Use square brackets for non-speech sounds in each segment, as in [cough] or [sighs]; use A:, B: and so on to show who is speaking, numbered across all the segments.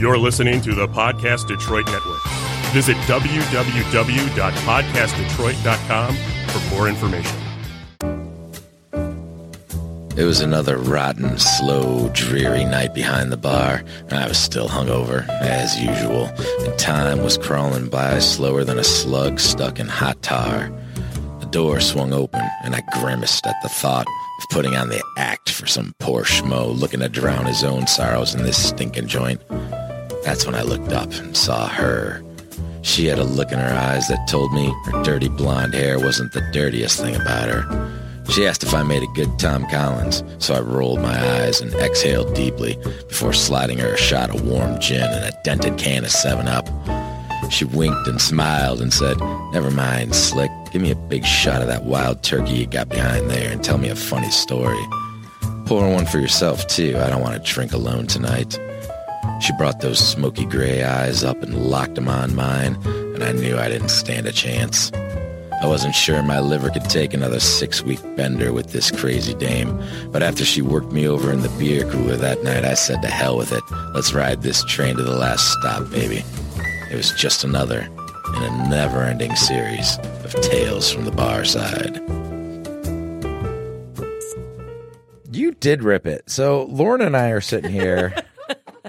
A: You're listening to the Podcast Detroit Network. Visit www.podcastdetroit.com for more information.
B: It was another rotten, slow, dreary night behind the bar, and I was still hungover, as usual, and time was crawling by slower than a slug stuck in hot tar. The door swung open, and I grimaced at the thought of putting on the act for some poor schmo looking to drown his own sorrows in this stinking joint. That's when I looked up and saw her. She had a look in her eyes that told me her dirty blonde hair wasn't the dirtiest thing about her. She asked if I made a good Tom Collins, so I rolled my eyes and exhaled deeply before sliding her a shot of warm gin and a dented can of 7-Up. She winked and smiled and said, Never mind, Slick. Give me a big shot of that wild turkey you got behind there and tell me a funny story. Pour one for yourself, too. I don't want to drink alone tonight. She brought those smoky gray eyes up and locked them on mine, and I knew I didn't stand a chance. I wasn't sure my liver could take another six-week bender with this crazy dame, but after she worked me over in the beer cooler that night, I said to hell with it. Let's ride this train to the last stop, baby. It was just another in a never-ending series of tales from the bar side.
C: You did rip it. So Lauren and I are sitting
D: [laughs]
C: here,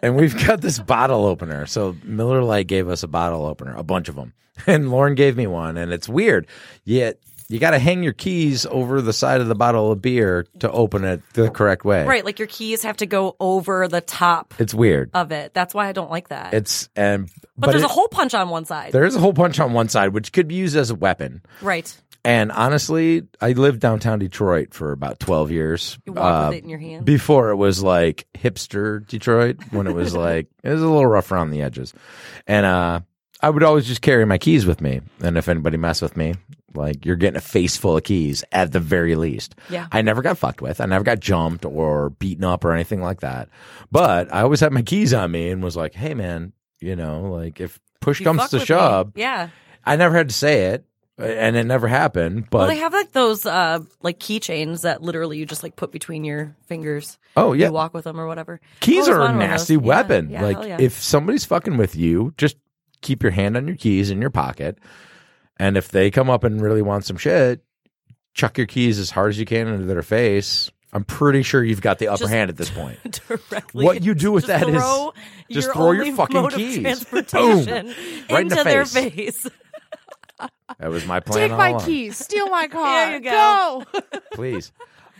C: and we've got this bottle opener. So Miller Lite gave us a bottle opener, a bunch of them, [laughs] and Lauren gave me one. And it's weird, yet you got to hang your keys over the side of the bottle of beer to open it the correct way.
D: Right, like your keys have to go over the top
C: It's weird.
D: of it. That's why I don't like that.
C: It's and
D: but, there's
C: it-
D: a hole punch on one side.
C: there is a whole punch on one side, which could be used as a weapon.
D: right.
C: And honestly, I lived downtown Detroit for about 12 years.
D: You walk
C: uh,
D: with it in your hand.
C: Before it was like hipster Detroit, when it was [laughs] like, it was a little rough around the edges. And uh, I would always just carry my keys with me. And if anybody messed with me, like you're getting a face full of keys at the very least.
D: Yeah.
C: I never got fucked with. I never got jumped or beaten up or anything like that. But I always had my keys on me and was like, hey, man, you know, like if push
D: You
C: comes
D: fuck
C: to
D: with me.
C: shove,
D: Yeah.
C: I never had to say it, and it never happened. But
D: Well, they have like those uh like keychains that literally you just like put between your fingers.
C: oh yeah,
D: You walk with them or whatever.
C: keys
D: Always
C: are a
D: wanted one of
C: nasty
D: those. Yeah.
C: weapon.
D: Yeah,
C: like
D: hell yeah.
C: if somebody's fucking with you, just keep your hand on your keys in your pocket, and if they come up and really want some shit, chuck your keys as hard as you can into their face. I'm pretty sure you've got the upper
D: Just-
C: hand at this
D: [laughs]
C: point.
D: [laughs] directly.
C: What you do with
D: just
C: that is
D: throw
C: just
D: your
C: throw your
D: only
C: fucking
D: mode of
C: keys.
D: transportation
C: Right in
D: into
C: the
D: their
C: face.
D: face.
C: That was my plan.
E: Take
C: all
E: my
C: along.
E: keys.
C: [laughs]
E: Steal my car.
D: you go.
E: Go.
C: please.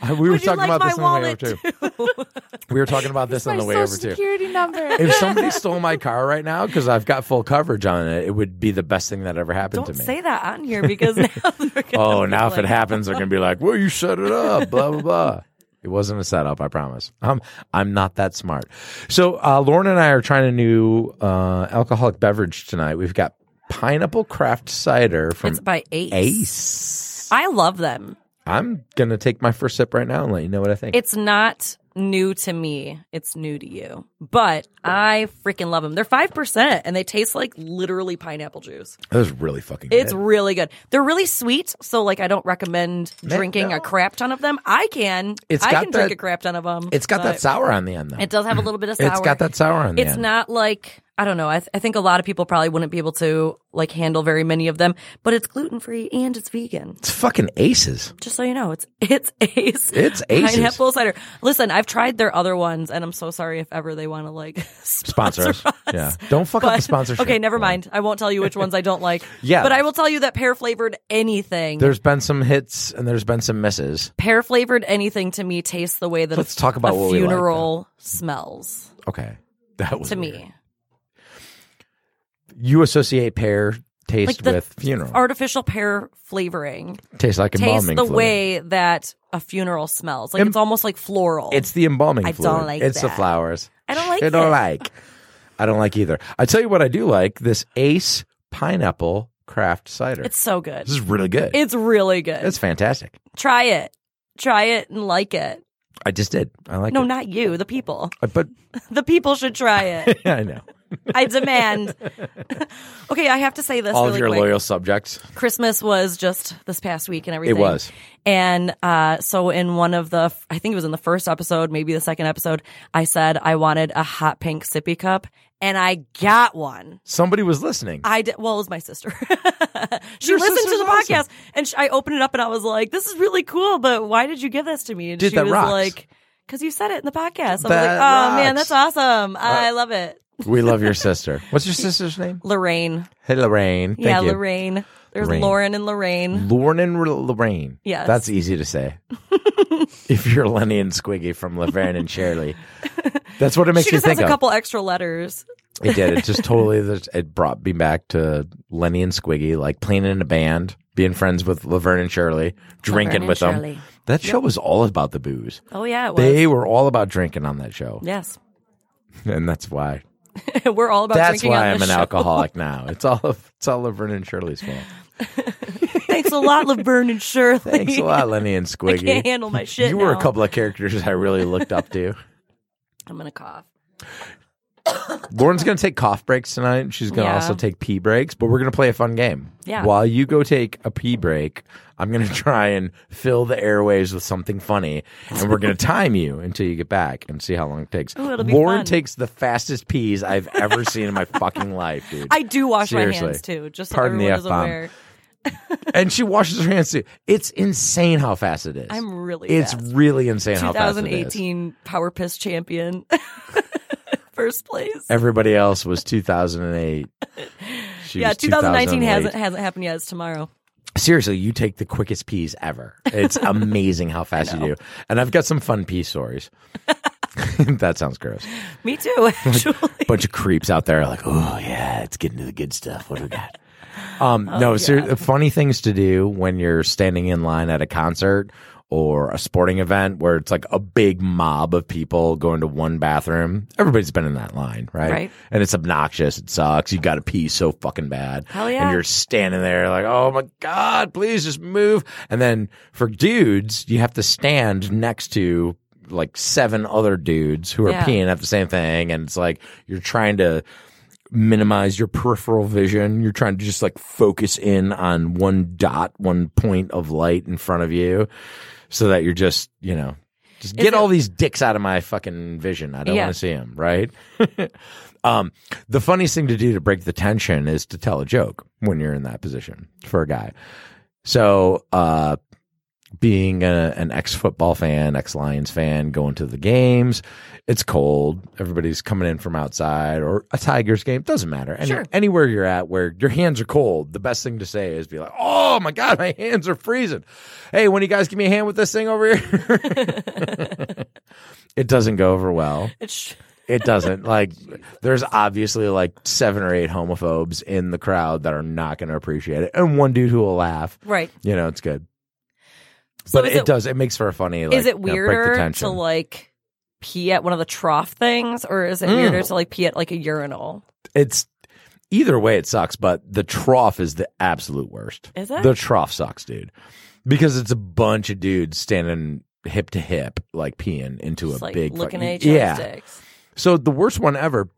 C: Uh, we were
D: Would you
C: talking
D: like
C: about
D: my
C: this on the way over
D: wallet
C: too. We were talking
D: [laughs]
C: about this on
E: my
C: the way
E: social
C: over too.
E: security
C: [laughs]
E: number. [laughs]
C: If somebody stole my car right now because I've got full coverage on it, it would be the best thing that ever happened
D: Don't
C: to me.
D: say that on here because now
C: [laughs]
D: they're gonna
C: oh,
D: be
C: now if it
D: like,
C: happens, they're gonna be like, "Well, you set it up." Blah blah
D: [laughs]
C: blah. It wasn't a setup, I promise. I'm I'm not that smart. So uh, Lauren and I are trying a new uh, alcoholic beverage tonight. We've got pineapple craft cider from
D: It's by Ace.
C: Ace.
D: I love them.
C: I'm gonna take my first sip right now and let you know what I think.
D: It's not new to me. It's new to you. But I freaking love them. They're 5% and they taste like literally pineapple juice.
C: That was really fucking.
D: It's
C: good.
D: really good. They're really sweet, so like I don't recommend
C: Man,
D: drinking
C: no.
D: a crap ton of them. I can.
C: It's
D: I
C: got
D: can drink
C: that-
D: a crap ton of them.
C: it's got that sour on the end though.
D: It does have a little bit of sour.
C: It's got that sour on the
D: It's
C: end.
D: not like I don't know. I, th- I think a lot of people probably wouldn't be able to like handle very many of them, but it's gluten free and it's vegan.
C: It's fucking aces.
D: Just so you know, it's [laughs] it's Ace.
C: It's Aces.
D: Pineapple cider. Listen, I've tried their other ones, and I'm so sorry if ever they want to like [laughs] sponsor,
C: Sponsor us.
D: us.
C: Yeah. Don't fuck up the
D: But-
C: sponsorship.
D: Okay, never
C: Lauren.
D: mind. I won't tell you which ones I don't like.
C: [laughs] Yeah.
D: but I will tell you that pear flavored anything,
C: There's been some hits and there's been some misses.
D: pear flavored anything to me tastes the way that
C: Let's
D: a-
C: talk about
D: a
C: what we like,
D: funeral smells
C: Okay. That was
D: to
C: weird.
D: me.
C: You associate pear taste
D: the
C: with funeral.
D: Artificial pear flavoring
C: tastes like
D: tastes
C: embalming
D: the
C: fluid.
D: way that a funeral smells. Like
C: Em-
D: it's almost like floral.
C: It's the embalming
D: I
C: fluid.
D: don't like
C: It's the
D: that.
C: flowers.
D: I don't like
C: I don't
D: it.
C: like. I don't like either. I tell you what I do like, this Ace pineapple craft cider.
D: it's so good.
C: this is really good.
D: It's really good.
C: It's fantastic.
D: Try it. Try it and like it.
C: I just did. I like
D: no,
C: it.
D: not you, the people. [laughs]
C: I- but [laughs]
D: The people should try it.
C: I know.
D: I demand. [laughs] okay, I have to say this
C: All
D: really
C: of your
D: quick.
C: loyal subjects.
D: Christmas was just this past week and everything.
C: was.
D: And uh, so, in one of the, I think it was in the first episode, maybe the second episode, I said I wanted a hot pink sippy cup. and I got one.
C: Somebody was listening.
D: I did, well, it was my sister. [laughs] she
C: Your sister's
D: listened to the
C: awesome.
D: podcast and sh I opened it up and I was like, this is really cool, but why did you give this to me? And
C: Dude,
D: she
C: that
D: was
C: rocks.
D: like, because you said it in the podcast. I was like,
C: That
D: oh man,
C: rocks. Uh,
D: that's awesome. I love it.
C: we love your sister. What's
D: [laughs]
C: your sister's name?
D: Lorraine.
C: Hey, Lorraine. Thank
D: yeah,
C: you.
D: Lorraine. There's
C: Lorraine.
D: Lauren and Lorraine.
C: Lorne and R- Lorraine.
D: Yes.
C: That's easy to
D: [laughs]
C: say. if you're Lenny and Squiggy from Laverne and Shirley, that's what it makes
D: She
C: you
D: just has
C: think
D: a
C: of.
D: couple extra letters.
C: It did. It
D: [laughs]
C: just totally just- it brought me back to Lenny and Squiggy, like playing in a band, being friends with Laverne and Shirley, drinking
D: and
C: with
D: Shirley.
C: them. That show was all about the booze.
D: Oh yeah, it was.
C: They were all about drinking on that show,
D: yes. [laughs]
C: and that's why.
D: We're all about
C: That's
D: Oh, drinking on
C: why I'm
D: this
C: an
D: show.
C: alcoholic now. It's all of, it's all Laverne and Shirley's fault.
D: [laughs] Thanks a lot, Laverne
C: [laughs]
D: and Shirley.
C: Thanks a lot, Lenny and
D: I
C: Squiggy.
D: can't handle my shit.
C: you were a
D: now.
C: couple of characters I really looked up
D: [laughs]
C: to.
D: I'm gonna cough.
C: Lauren's going to take cough breaks tonight. She's going to
D: Yeah.
C: also take pee breaks, but we're going to play a fun game.
D: Yeah.
C: While you go take a pee break, I'm going to [laughs] try and fill the airways with something funny, and we're
D: [laughs]
C: going to time you until you get back and see how long it takes.
D: Ooh, it'll be
C: Lauren
D: fun.
C: takes the fastest pees I've
D: [laughs]
C: ever seen in my fucking life, dude.
D: I do wash
C: Seriously.
D: my hands too, just so
C: Pardon the
D: everyone is
C: F-bomb.
D: aware.
C: and she washes her hands too. It's insane how fast it is.
D: I'm really
C: It's
D: fast.
C: really insane how fast it is.
D: 2018 Power Piss champion, [laughs] first place.
C: Everybody else was 2008.
D: [laughs]
C: She
D: yeah,
C: was
D: 2019
C: 2008.
D: hasn't hasn't happened yet. It's tomorrow.
C: Seriously, you take the quickest peas ever.
D: [laughs]
C: It's amazing how fast you do. And I've got some fun pea stories. [laughs] that sounds gross. [laughs]
D: Me too, actually.
C: Bunch of creeps out there are like, oh yeah, it's getting to the good stuff. What do we got? Um,
D: [laughs] Oh,
C: no, ser- funny things to do when you're standing in line at a concert or a sporting event where it's like a big mob of people going to one bathroom. Everybody's been in that line, right?
D: Right.
C: And it's obnoxious. It sucks. You got to pee so fucking bad.
D: Hell
C: And
D: yeah.
C: you're standing there like, oh my God, please just move. And then for dudes, you have to stand next to like seven other dudes who are
D: Yeah.
C: peeing at the same thing. And it's like you're trying to minimize your peripheral vision. You're trying to just like focus in on one dot, one point of light in front of you so that you're just, you know, just get
D: it-
C: all these dicks out of my fucking vision. I don't
D: Yeah.
C: want to see them, right? [laughs] um, the funniest thing to do to break the tension is to tell a joke when you're in that position for a guy. So, uh, being a, an ex football fan, ex Lions fan, going to the games. It's cold. Everybody's coming in from outside or a Tigers game. Doesn't matter. Any,
D: Sure.
C: Anywhere you're at where your hands are cold, the best thing to say is be like, oh my God, my hands are freezing. Hey, when you guys give me a hand with this thing over
D: [laughs]
C: here? [laughs] it doesn't go over well.
D: It's-
C: It doesn't. like, there's obviously like seven or eight homophobes in the crowd that are not going to appreciate it. And one dude who will laugh.
D: right.
C: You know, it's good
D: So
C: but
D: is
C: it, does. It makes for a funny. Like,
D: is
C: you
D: it
C: know, break the
D: weirder
C: tension.
D: to like pee at one of the trough things, or is it
C: Mm.
D: weirder to like pee at like a urinal?
C: It's either way, it sucks. But the trough is the absolute worst.
D: Is it?
C: The trough sucks, dude, because it's a bunch of dudes standing hip to hip, like peeing into
D: Just
C: a
D: like
C: big
D: looking
C: fucking-
D: at each
C: yeah.
D: other's dicks.
C: So the worst one ever.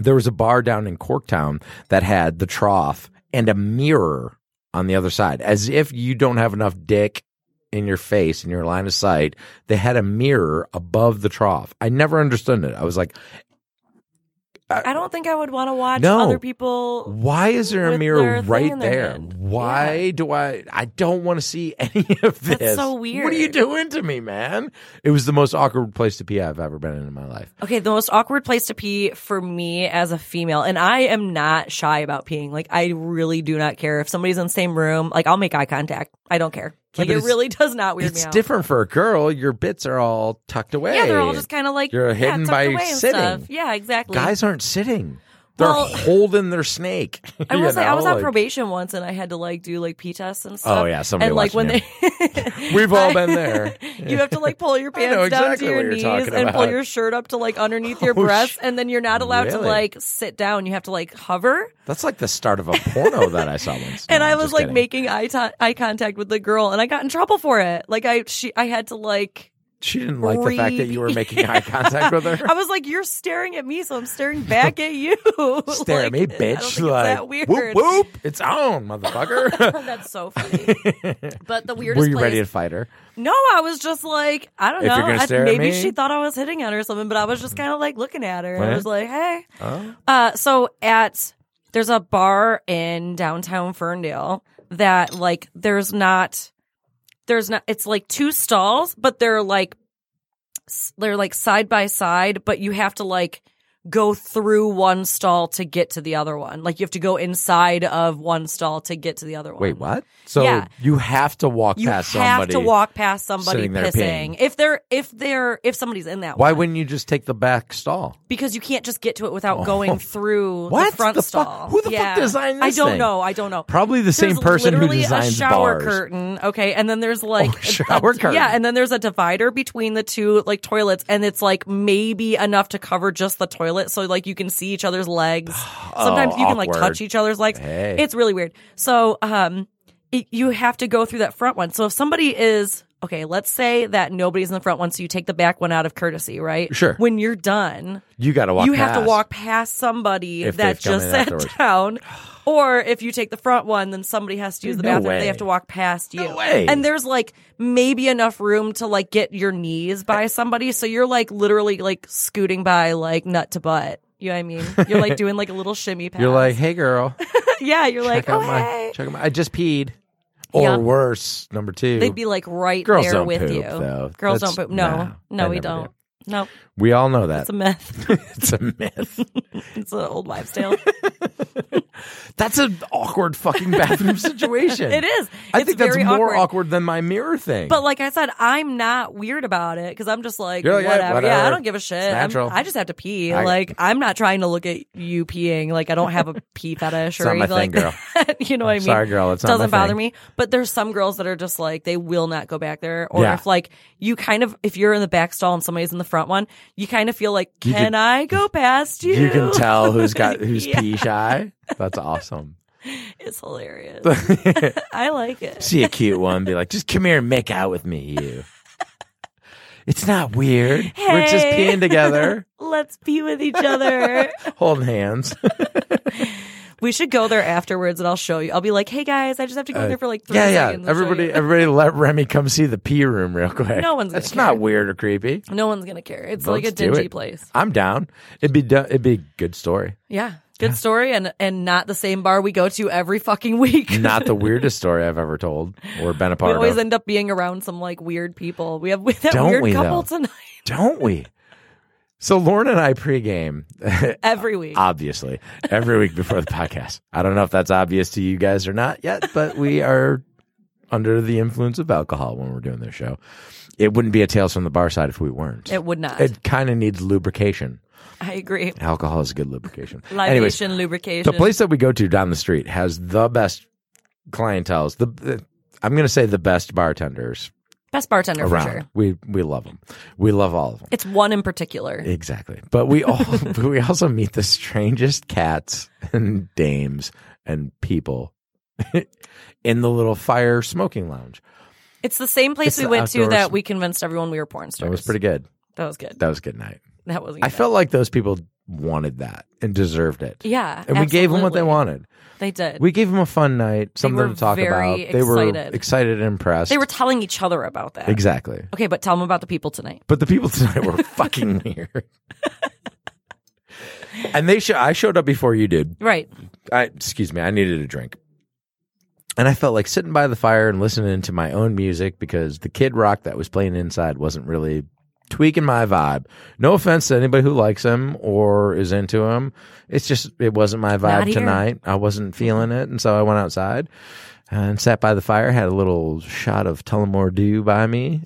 C: There was a bar down in Corktown that had the trough and a mirror on the other side, as if you don't have enough dick in your face in your line of sight. They had a mirror above the trough. I never understood it. I was like,
D: I don't think I would want to watch
C: No.
D: other people.
C: Why is there a
D: with
C: mirror
D: their thing
C: right
D: in their
C: there?
D: hand.
C: Why do I? I don't want to see [laughs] any of this.
D: That's so
C: What are you
D: weird.
C: doing to me, man? It was the most awkward place to pee I've ever been in in my life.
D: Okay, the most awkward place to pee for me as a female, and I am not shy about peeing. Like I really do not care if somebody's in the same room. Like I'll make eye contact. I don't care.
C: Yeah,
D: Like
C: but
D: it
C: it's-
D: really does not weird
C: it's
D: me out.
C: different for a girl. Your bits are all tucked away.
D: Yeah, they're all just kind of like
C: You're
D: yeah,
C: hidden
D: tucked
C: by
D: away and
C: sitting.
D: Stuff. Yeah, exactly.
C: Guys aren't sitting. They're
D: Well-
C: holding their snake.
D: [laughs] I
C: you
D: was like, I
C: know,
D: was on
C: like- Oh,
D: probation once, and I had to like do like pee tests and stuff.
C: yeah, somebody
D: and like when
C: watching
D: they,
C: [laughs] We've
D: [laughs]
C: all been there.
D: you have to like pull your
C: [laughs] I
D: pants
C: know
D: down
C: exactly what
D: to your
C: you're
D: knees
C: talking
D: and
C: about.
D: pull your shirt up to
C: [laughs]
D: like underneath your
C: Oh,
D: breasts,
C: sh-
D: and then you're not allowed
C: Really?
D: to like sit down. You have to like hover.
C: That's like the start of a porno that I saw once.
D: And
C: No,
D: I
C: I'm
D: was
C: just
D: like
C: kidding. [laughs]
D: making eye, to- eye contact with the girl, and I got in trouble for it. Like I she I had to like
C: She didn't like the fact that you were making eye contact with her.
D: [laughs] I was like, "You're staring at me, so I'm staring back at you." [laughs]
C: [laughs] Stare at
D: Like,
C: me,
D: I don't
C: bitch.
D: think it's
C: Like,
D: that weird.
C: whoop, whoop. It's on, motherfucker.
D: [laughs] That's
C: [laughs]
D: so funny. but the [laughs] weirdest.
C: were you
D: place,
C: ready to fight her?
D: No, I was just like, I don't
C: If
D: know.
C: you're gonna
D: I-
C: stare at
D: maybe
C: me-
D: she thought I was hitting at her or something, but I was just kind of like looking at her. And I
C: Right.
D: was like, hey. Uh, so at there's a bar in downtown Ferndale that like there's not there's not it's like two stalls, but they're like s- they're like side by side, but you have to like go through one stall to get to the other one. Like you have to go inside of one stall to get to the other one.
C: Wait, what? So
D: Yeah.
C: you have to walk
D: You have
C: past somebody.
D: to walk past somebody
C: sitting there
D: pissing.
C: peeing.
D: If they're if they're if somebody's in that
C: Why
D: one.
C: wouldn't you just take the back stall?
D: because you can't just get to it
C: [laughs]
D: without going through
C: Oh. What
D: the front
C: the fuck?
D: stall.
C: Who the fuck
D: Yeah.
C: designed
D: I
C: this
D: don't
C: thing?
D: know. I don't know.
C: Probably the same
D: There's
C: person who
D: literally a
C: designs
D: shower
C: bars.
D: curtain. Okay, and then there's like
C: Oh, [laughs] shower curtain.
D: Yeah, and then there's a divider between the two like toilets, and it's like maybe enough to cover just the toilet, so like you can see each
C: [sighs]
D: other's legs. Sometimes you can like
C: Oh, awkward.
D: touch each other's legs.
C: Hey.
D: It's really weird. So um, it, you have to go through that front one. So if somebody is okay, let's say that nobody's in the front one, so you take the back one out of courtesy, right?
C: Sure.
D: When you're done,
C: You got to walk.
D: you have to
C: past.
D: walk past somebody
C: If
D: that
C: they've come
D: just
C: in
D: sat
C: afterwards.
D: down. Or if you take the front one, then somebody has to use the
C: No
D: bathroom.
C: way.
D: They have to walk past you.
C: way.
D: And there's like maybe enough room to like get your knees by
C: Eh.
D: somebody. So you're like literally like scooting by like nut to butt. You know what I mean?
C: [laughs]
D: You're like doing like a little shimmy pass.
C: You're like, hey girl,
D: [laughs] yeah, you're like,
C: check out
D: oh,
C: my,
D: hey.
C: check out my. I just peed. Or
D: Yeah.
C: worse, number two,
D: They'd be like right
C: Girls
D: there
C: don't
D: with
C: poop,
D: you.
C: though.
D: Girls
C: That's-
D: don't poop. No,
C: nah,
D: no,
C: they
D: we
C: never
D: don't. No,
C: we all know that
D: it's a myth.
C: [laughs] it's a myth.
D: [laughs] it's an old
C: [laughs]
D: wives' tale.
C: That's an awkward fucking bathroom
D: [laughs]
C: situation.
D: it is.
C: I
D: It's
C: think that's
D: very
C: more
D: awkward.
C: awkward than my mirror thing.
D: But like I said, I'm not weird about it because I'm just like
C: You're like, yeah,
D: whatever. Yeah, I
C: whatever.
D: don't give a shit.
C: It's
D: I'm-
C: natural.
D: I just have to pee.
C: I-
D: like I'm not trying to look at you peeing. Like I don't have a pee fetish
C: [laughs] It's
D: or
C: not my
D: anything like
C: thing, girl.
D: that. you know what I mean?
C: Sorry, girl, it's not my
D: doesn't bother
C: thing.
D: me. But there's some girls that are just like they will not go back there. Or
C: Yeah.
D: if like you kind of if you're in the back stall and somebody's in the front one, you kind of feel like, can,
C: can-
D: I go past [laughs]
C: [laughs]
D: you?
C: you can
D: [laughs]
C: tell who's got who's
D: Yeah.
C: pee shy. That's awesome. [laughs]
D: It's hilarious. [laughs] I like it.
C: See a cute one, be like, just come here and make out with me,
D: [laughs]
C: you. It's not weird. We're just
D: Hey.
C: peeing together,
D: [laughs] Let's pee with each
C: [laughs]
D: other.
C: holding hands.
D: We should go there afterwards, and I'll show you. I'll be like, "Hey guys, I just have to go in there for like three
C: Uh, yeah, yeah.
D: seconds." and show
C: Everybody,
D: you."
C: everybody, let Remy come see the pee room real quick.
D: uh, No one's gonna
C: It's not
D: care.
C: weird or creepy.
D: no one's gonna care. It's like a
C: Let's do
D: dingy
C: it.
D: place.
C: I'm down. It'd be do- it'd be a good story.
D: Yeah, good story, and and not the same bar we go to every fucking week. [laughs]
C: Not the weirdest story I've ever told or been a
D: we
C: part
D: always
C: of.
D: end up being around some like weird people. We have [laughs] with that
C: Don't
D: weird
C: we,
D: couple
C: though?
D: tonight [laughs]
C: Don't we? So Lauren and I pregame [laughs]
D: every
C: Uh,
D: week.
C: obviously every week before the podcast. I don't know if that's obvious to you guys or not yet, but we are under the influence of alcohol when we're doing this show. It wouldn't be a tales from the bar side if we weren't.
D: it would not.
C: It kind of needs lubrication.
D: I agree.
C: Alcohol is a good lubrication. Anyways,
D: Libation, lubrication.
C: the place that we go to down the street has the best clientels. The, the I'm going to say the best bartenders
D: Best bartender
C: around.
D: for sure.
C: We we love them. We love all of them.
D: It's one in particular.
C: Exactly. But we all [laughs] but we also meet the strangest cats and dames and people [laughs] in the little fire smoking lounge.
D: it's the same place
C: It's
D: we
C: the
D: went to
C: outdoors-
D: that we convinced everyone we were porn stars.
C: That was pretty good.
D: That was good.
C: That was a good night.
D: That wasn't.
C: I
D: good.
C: felt like those people wanted that and deserved it.
D: Yeah,
C: And we gave them what they
D: absolutely.
C: wanted.
D: They did.
C: We gave them a fun night, something
D: were
C: to talk
D: very
C: about. They were
D: excited.
C: excited and impressed.
D: They were telling each other about that.
C: exactly.
D: Okay, but tell them about the people tonight.
C: But the people tonight
D: [laughs]
C: were fucking weird. and they show I showed up before you did.
D: Right.
C: I excuse me, I needed a drink. And I felt like sitting by the fire and listening to my own music because the kid rock that was playing inside wasn't really tweaking my vibe. No offense to anybody who likes him or is into him. It's just it wasn't my
D: Not
C: vibe
D: here.
C: tonight. I wasn't feeling it, and so I went outside and sat by the fire, had a little shot of Tullamore Dew by me.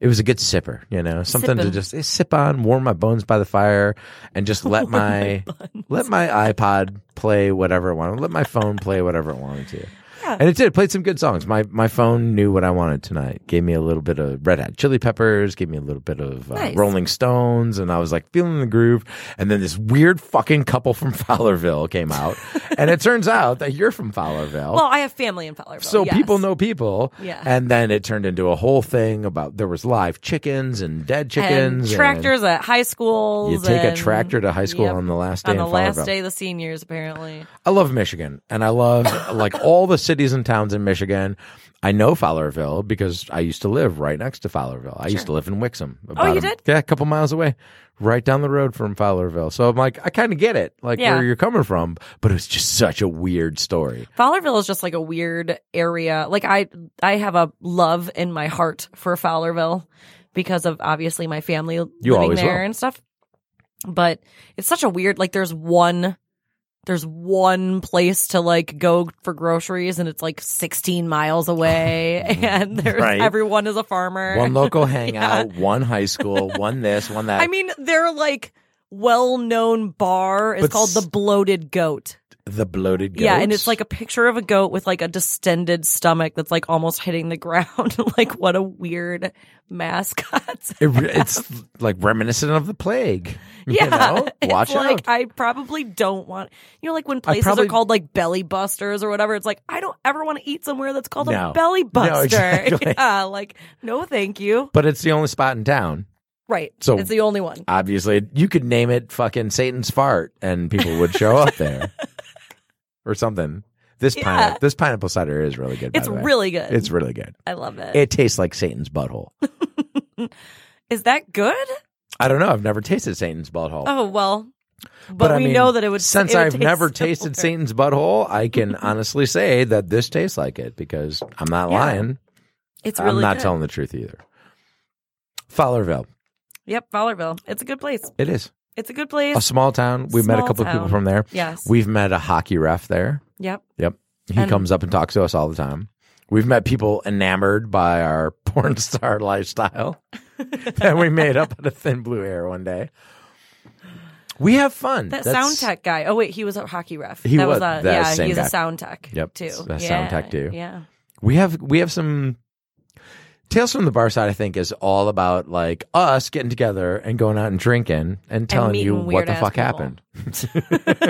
C: It was a good sipper, you know, something to
D: Sippin'.
C: just eh, sip on, warm my bones by the fire, and just let my let my iPod play whatever it wanted, let my phone play whatever it wanted to.
D: Yeah.
C: And it did. It played some good songs. My my phone knew what I wanted tonight. Gave me a little bit of Red Hot Chili Peppers. Gave me a little bit of uh,
D: Nice.
C: Rolling Stones, and I was like feeling the groove. And then this weird fucking couple from [laughs] Fowlerville came out, and it turns out that you're from Fowlerville.
D: Well, I have family in Fowlerville.
C: so
D: yes.
C: people know people,
D: Yeah.
C: and then it turned into a whole thing about there was live chickens and dead
D: and
C: chickens, and
D: tractors at high schools.
C: You take a
D: and-
C: tractor to high school
D: Yep.
C: on the last day
D: on the
C: in
D: last
C: Fowlerville.
D: day of the seniors, apparently.
C: I love Michigan, and I love like all the cities and towns in Michigan. I know Fowlerville because I used to live right next to Fowlerville. I used to live in Wixom. about
D: Oh, you
C: a-
D: did?
C: Yeah, a couple miles away, right down the road from Fowlerville. So I'm like, I kind of get it, like
D: Yeah.
C: where you're coming from. But it was just such a weird story.
D: Fowlerville is just like a weird area. Like I I have a love in my heart for Fowlerville because of obviously my family living
C: always
D: there
C: will.
D: and stuff. But it's such a weird like there's one there's one place to like go for groceries and it's like 16
C: [laughs]
D: miles away and there's
C: Right.
D: everyone is a farmer.
C: One
D: [laughs]
C: local hangout, one high school, one this, one that.
D: I mean, they're like well-known bar is
C: But
D: called
C: s-
D: the Bloated Goat.
C: the bloated. Goats.
D: Yeah, and it's like a picture of a goat with like a distended stomach that's like almost hitting the [laughs] ground. like what a weird mascot.
C: It
D: [laughs]
C: re- it's like reminiscent of the plague. [laughs]
D: yeah.
C: you know?
D: It's
C: watch
D: like
C: out.
D: I probably don't want you know, like when places
C: probably-
D: are called like belly busters or whatever, it's like I don't ever want to eat somewhere that's called
C: No.
D: a belly
C: No, [laughs]
D: buster.
C: exactly.
D: [laughs] Yeah, like no thank you.
C: but it's the only spot in town.
D: Right.
C: So-
D: it's the only one.
C: obviously you could name it fucking Satan's fart and people would show up
D: [laughs]
C: there or something. This
D: Yeah.
C: pineapple, this pineapple cider is really good. by
D: It's
C: the way.
D: really good.
C: it's really good.
D: I love it.
C: It tastes like Satan's butthole.
D: Is that good?
C: I don't know. I've never tasted Satan's butthole,
D: Oh well. But,
C: I
D: we
C: mean,
D: know that it would
C: Since
D: it would
C: I've
D: taste [laughs]
C: never tasted
D: similar.
C: Satan's butthole, I
D: [laughs]
C: can honestly say that this tastes like it because I'm not
D: Yeah.
C: lying.
D: It's really
C: I'm not
D: good.
C: telling the truth either. Fowlerville,
D: Yep, Fowlerville. It's a good place.
C: it is
D: It's a good place.
C: a small town. We've met a
D: Small
C: couple of people
D: town.
C: from there.
D: yes.
C: We've met a hockey ref there.
D: yep.
C: Yep. He
D: And-
C: comes up and talks to us all the time. We've met people enamored by our [laughs] porn star
D: [laughs]
C: lifestyle that we made up out of thin blue air one day. We have fun.
D: That
C: That's-
D: sound tech guy. Oh wait, he was a hockey ref.
C: He
D: that
C: was-
D: was a
C: that
D: yeah.
C: same
D: He's
C: guy.
D: a sound tech.
C: Yep,
D: Too.
C: a sound
D: Yeah,
C: tech too.
D: Yeah.
C: We have we have some Tales from the Bar Side, I think, is all about like us getting together and going out and drinking and telling you
D: meeting
C: what the
D: weird-ass
C: fuck
D: people.
C: happened.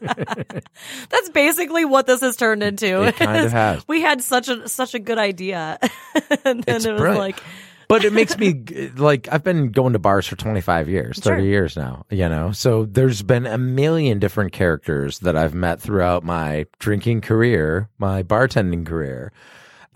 D: That's basically what this has turned into.
C: It kind
D: [laughs]
C: of has.
D: we had such a such a good idea, [laughs] and then
C: It's
D: it was
C: brilliant.
D: like
C: but it makes me like I've been going to bars for 25 years, 30
D: Sure.
C: years now, you know. So there's been a million different characters that I've met throughout my drinking career, my bartending career,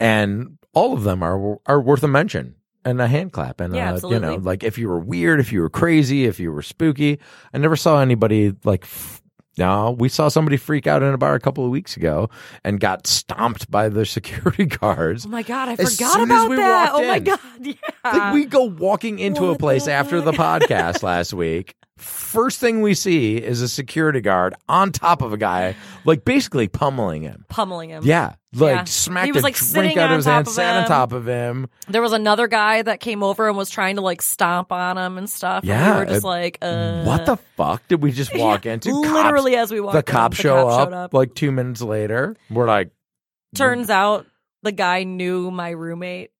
C: and all of them are are worth a mention and a hand clap and
D: Yeah,
C: uh, you know,
D: absolutely.
C: like if you were weird, if you were crazy, if you were spooky. I never saw anybody like f- no, we saw somebody freak out in a bar a couple of weeks ago and got stomped by the [laughs] security guards.
D: oh my god, I
C: As
D: forgot
C: soon as
D: about
C: we
D: that.
C: walked
D: Oh my
C: in.
D: god, [laughs] yeah.
C: Like we go walking into a
D: Uh, What
C: place
D: the
C: after the podcast last week. First thing we see is a security guard on top of a guy, like basically pummeling him.
D: Pummeling him.
C: Yeah, like
D: Yeah.
C: smacked
D: He was,
C: a
D: like,
C: drink
D: sitting
C: out of
D: on
C: his
D: top
C: hand,
D: of
C: sat on
D: him.
C: top of him.
D: There was another guy that came over and was trying to like stomp on him and stuff. and
C: Yeah,
D: we were
C: it-
D: just like, uh,
C: what the fuck did we just walk into? Cops-
D: Literally, as we walked,
C: the
D: in,
C: cops show
D: cop
C: up,
D: showed up.
C: like two minutes later. We're like, Mm-hmm.
D: Turns out the guy knew my roommate.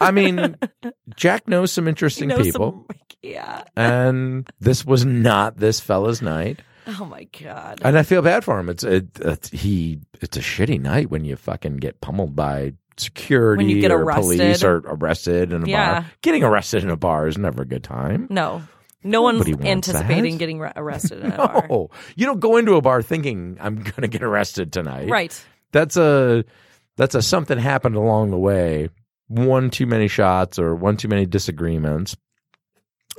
C: I
D: [laughs]
C: mean, Jack knows some interesting
D: knows
C: people,
D: [laughs] some- yeah.
C: and this was not this fella's night.
D: Oh my god.
C: And I feel bad for him. It's it, it's he. It's a shitty night when you fucking get pummeled by security
D: When you get
C: or police
D: arrested.
C: or arrested in a
D: Yeah.
C: bar. Getting arrested in a bar is never a good time.
D: no. No one's
C: Nobody wants
D: anticipating
C: that.
D: getting re- arrested in a bar.
C: [laughs] No, you don't go into a bar thinking I'm going to get arrested tonight.
D: Right.
C: That's a that's a something happened along the way. One too many shots or one too many disagreements.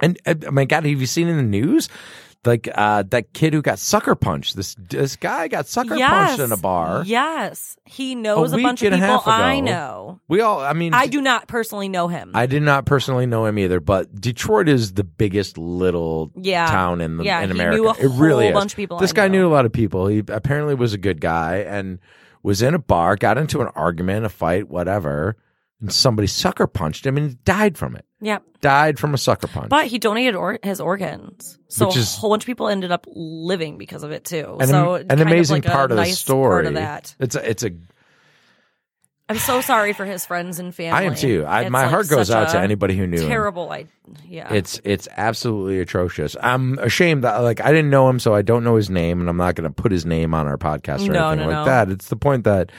C: And uh, oh my God, have you seen in the news? Like uh, that kid who got sucker punched. This this guy got sucker
D: Yes.
C: punched in a bar.
D: Yes. He knows
C: A
D: a, bunch
C: week
D: of
C: and a
D: people
C: half ago.
D: I know.
C: We all, I mean,
D: I do not personally know him.
C: I did not personally know him either, but Detroit is the biggest little
D: Yeah.
C: town in the
D: Yeah,
C: in
D: he
C: America.
D: knew a
C: it really
D: whole
C: is.
D: bunch of people
C: This
D: I
C: guy
D: know.
C: knew a lot of people. He apparently was a good guy and was in a bar, got into an argument, a fight, whatever. and somebody sucker punched him and he died from it.
D: Yep.
C: Died from a sucker punch.
D: But he donated or- his organs, so
C: Which is-
D: a whole bunch of people ended up living because of it too.
C: an,
D: so
C: an
D: kind of
C: amazing
D: like a
C: part of the
D: nice
C: story.
D: Part of that,
C: It's a, it's a
D: I'm so sorry for his friends and family.
C: I am too. I,
D: It's,
C: my
D: like,
C: heart goes
D: such
C: out to
D: a
C: anybody who knew him.
D: Terrible. I yeah.
C: It's it's absolutely atrocious. I'm ashamed that like I didn't know him, so I don't know his name, and I'm not going to put his name on our podcast or
D: No,
C: anything
D: no,
C: like
D: no.
C: that. It's the point that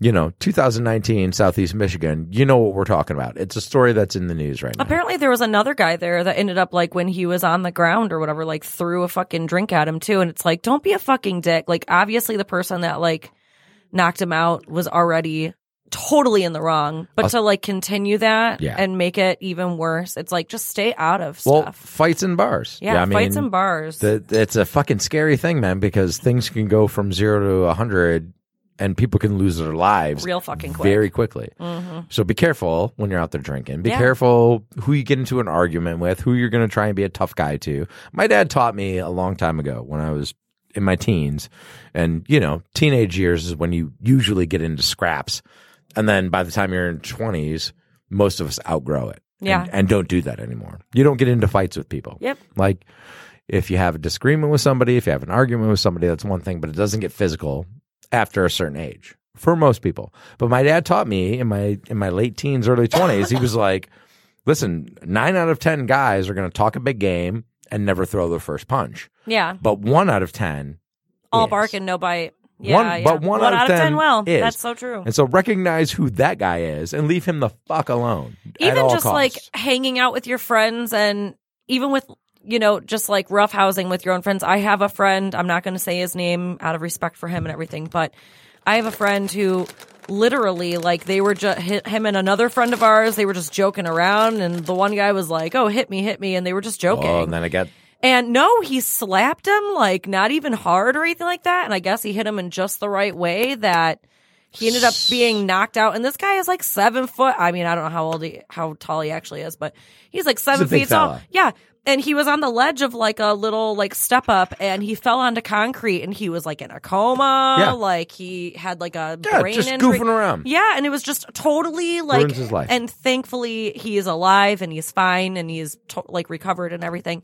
C: you know, 2019 Southeast Michigan. You know what we're talking about. It's a story that's in the news right now.
D: Apparently, there was another guy there that ended up like when he was on the ground or whatever, like threw a fucking drink at him too. And it's like, don't be a fucking dick. Like, obviously, the person that like knocked him out was already totally in the wrong, but to like continue that
C: Yeah.
D: and make it even worse, it's like just stay out of
C: Well,
D: stuff.
C: fights in bars.
D: Yeah,
C: I mean,
D: fights and bars.
C: That it's a fucking scary thing, man, because things can go from zero to a hundred, and people can lose their lives
D: Real fucking quick. Mm-hmm.
C: very quickly. So be careful when you're out there drinking. Be
D: Yeah.
C: careful who you get into an argument with, who you're going to try and be a tough guy to. My dad taught me a long time ago when I was in my teens, and you know, teenage years is when you usually get into scraps, and then by the time you're in twenties, most of us outgrow it.
D: Yeah.
C: And, and don't do that anymore. You don't get into fights with people.
D: Yep.
C: Like if you have a disagreement with somebody, if you have an argument with somebody, that's one thing, but it doesn't get physical after a certain age for most people. But my dad taught me in my in my late teens, early 20s, he was like, "Listen, 9 out of 10 guys are going to talk a big game and never throw their first punch.
D: yeah,
C: But 1 out of 10
D: all
C: is.
D: bark and no bite. Yeah,
C: One-
D: yeah.
C: but one out of
D: out of
C: 10
D: Well,
C: is.
D: that's so true.
C: And so recognize who that guy is and leave him the fuck alone. at
D: even
C: all
D: just like
C: costs.
D: hanging out with your friends and even with you know just like rough housing with your own friends i have a friend i'm not going to say his name out of respect for him and everything but i have a friend who literally like they were just him and another friend of ours they were just joking around and the one guy was like oh hit me hit me and they were just joking
C: Oh, and then I got
D: and no, he slapped him like not even hard or anything like that. And I guess he hit him in just the right way that he ended up being knocked out. And this guy is like seven foot. I mean, I don't know how old he, how tall he actually is, but he's like seven
C: big
D: feet tall.
C: fella.
D: Yeah. And he was on the ledge of like a little like step up and he fell onto concrete and he was like in a coma.
C: Yeah.
D: Like he had like a
C: Yeah,
D: brain
C: just
D: injury.
C: goofing around.
D: Yeah. And it was just totally like,
C: Ruins his life.
D: and thankfully he is alive and he's fine and he's to- like recovered and everything.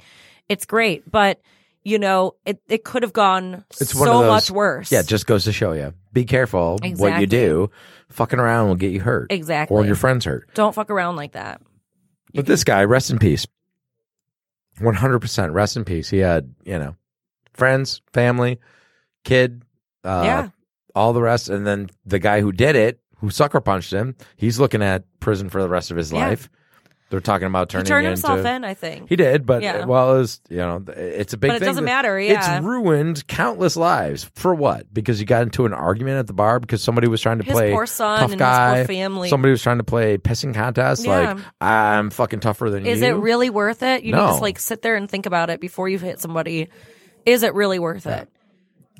D: It's great, but you know, it, it could have gone
C: It's
D: so
C: one of those-
D: much worse.
C: Yeah, it just goes to show you. Be careful what you
D: Exactly.
C: do. Fucking around will get you hurt.
D: Exactly.
C: Or your friends hurt.
D: don't fuck around like that.
C: But this guy, rest in peace. 100% rest in peace. He had, you know, friends, family, kid, uh,
D: Yeah.
C: all the rest. And then the guy who did it, who sucker punched him, he's looking at prison for the rest of his
D: Yeah.
C: life. They're talking about
D: He
C: turning
D: turned
C: it
D: himself
C: into,
D: in, I think.
C: He did, but
D: Yeah.
C: well, it was, you know, it's a big
D: But it
C: thing
D: doesn't
C: that-
D: matter, yeah.
C: It's ruined countless lives. For what? Because you got into an argument at the bar because somebody was trying to
D: His
C: play
D: poor son
C: tough
D: and his poor
C: guy,
D: family.
C: Somebody was trying to play pissing contest
D: Yeah.
C: like I'm fucking tougher than
D: Is
C: you.
D: it really worth it? You need
C: No.
D: to just like sit there and think about it before you hit somebody. Is it really worth it?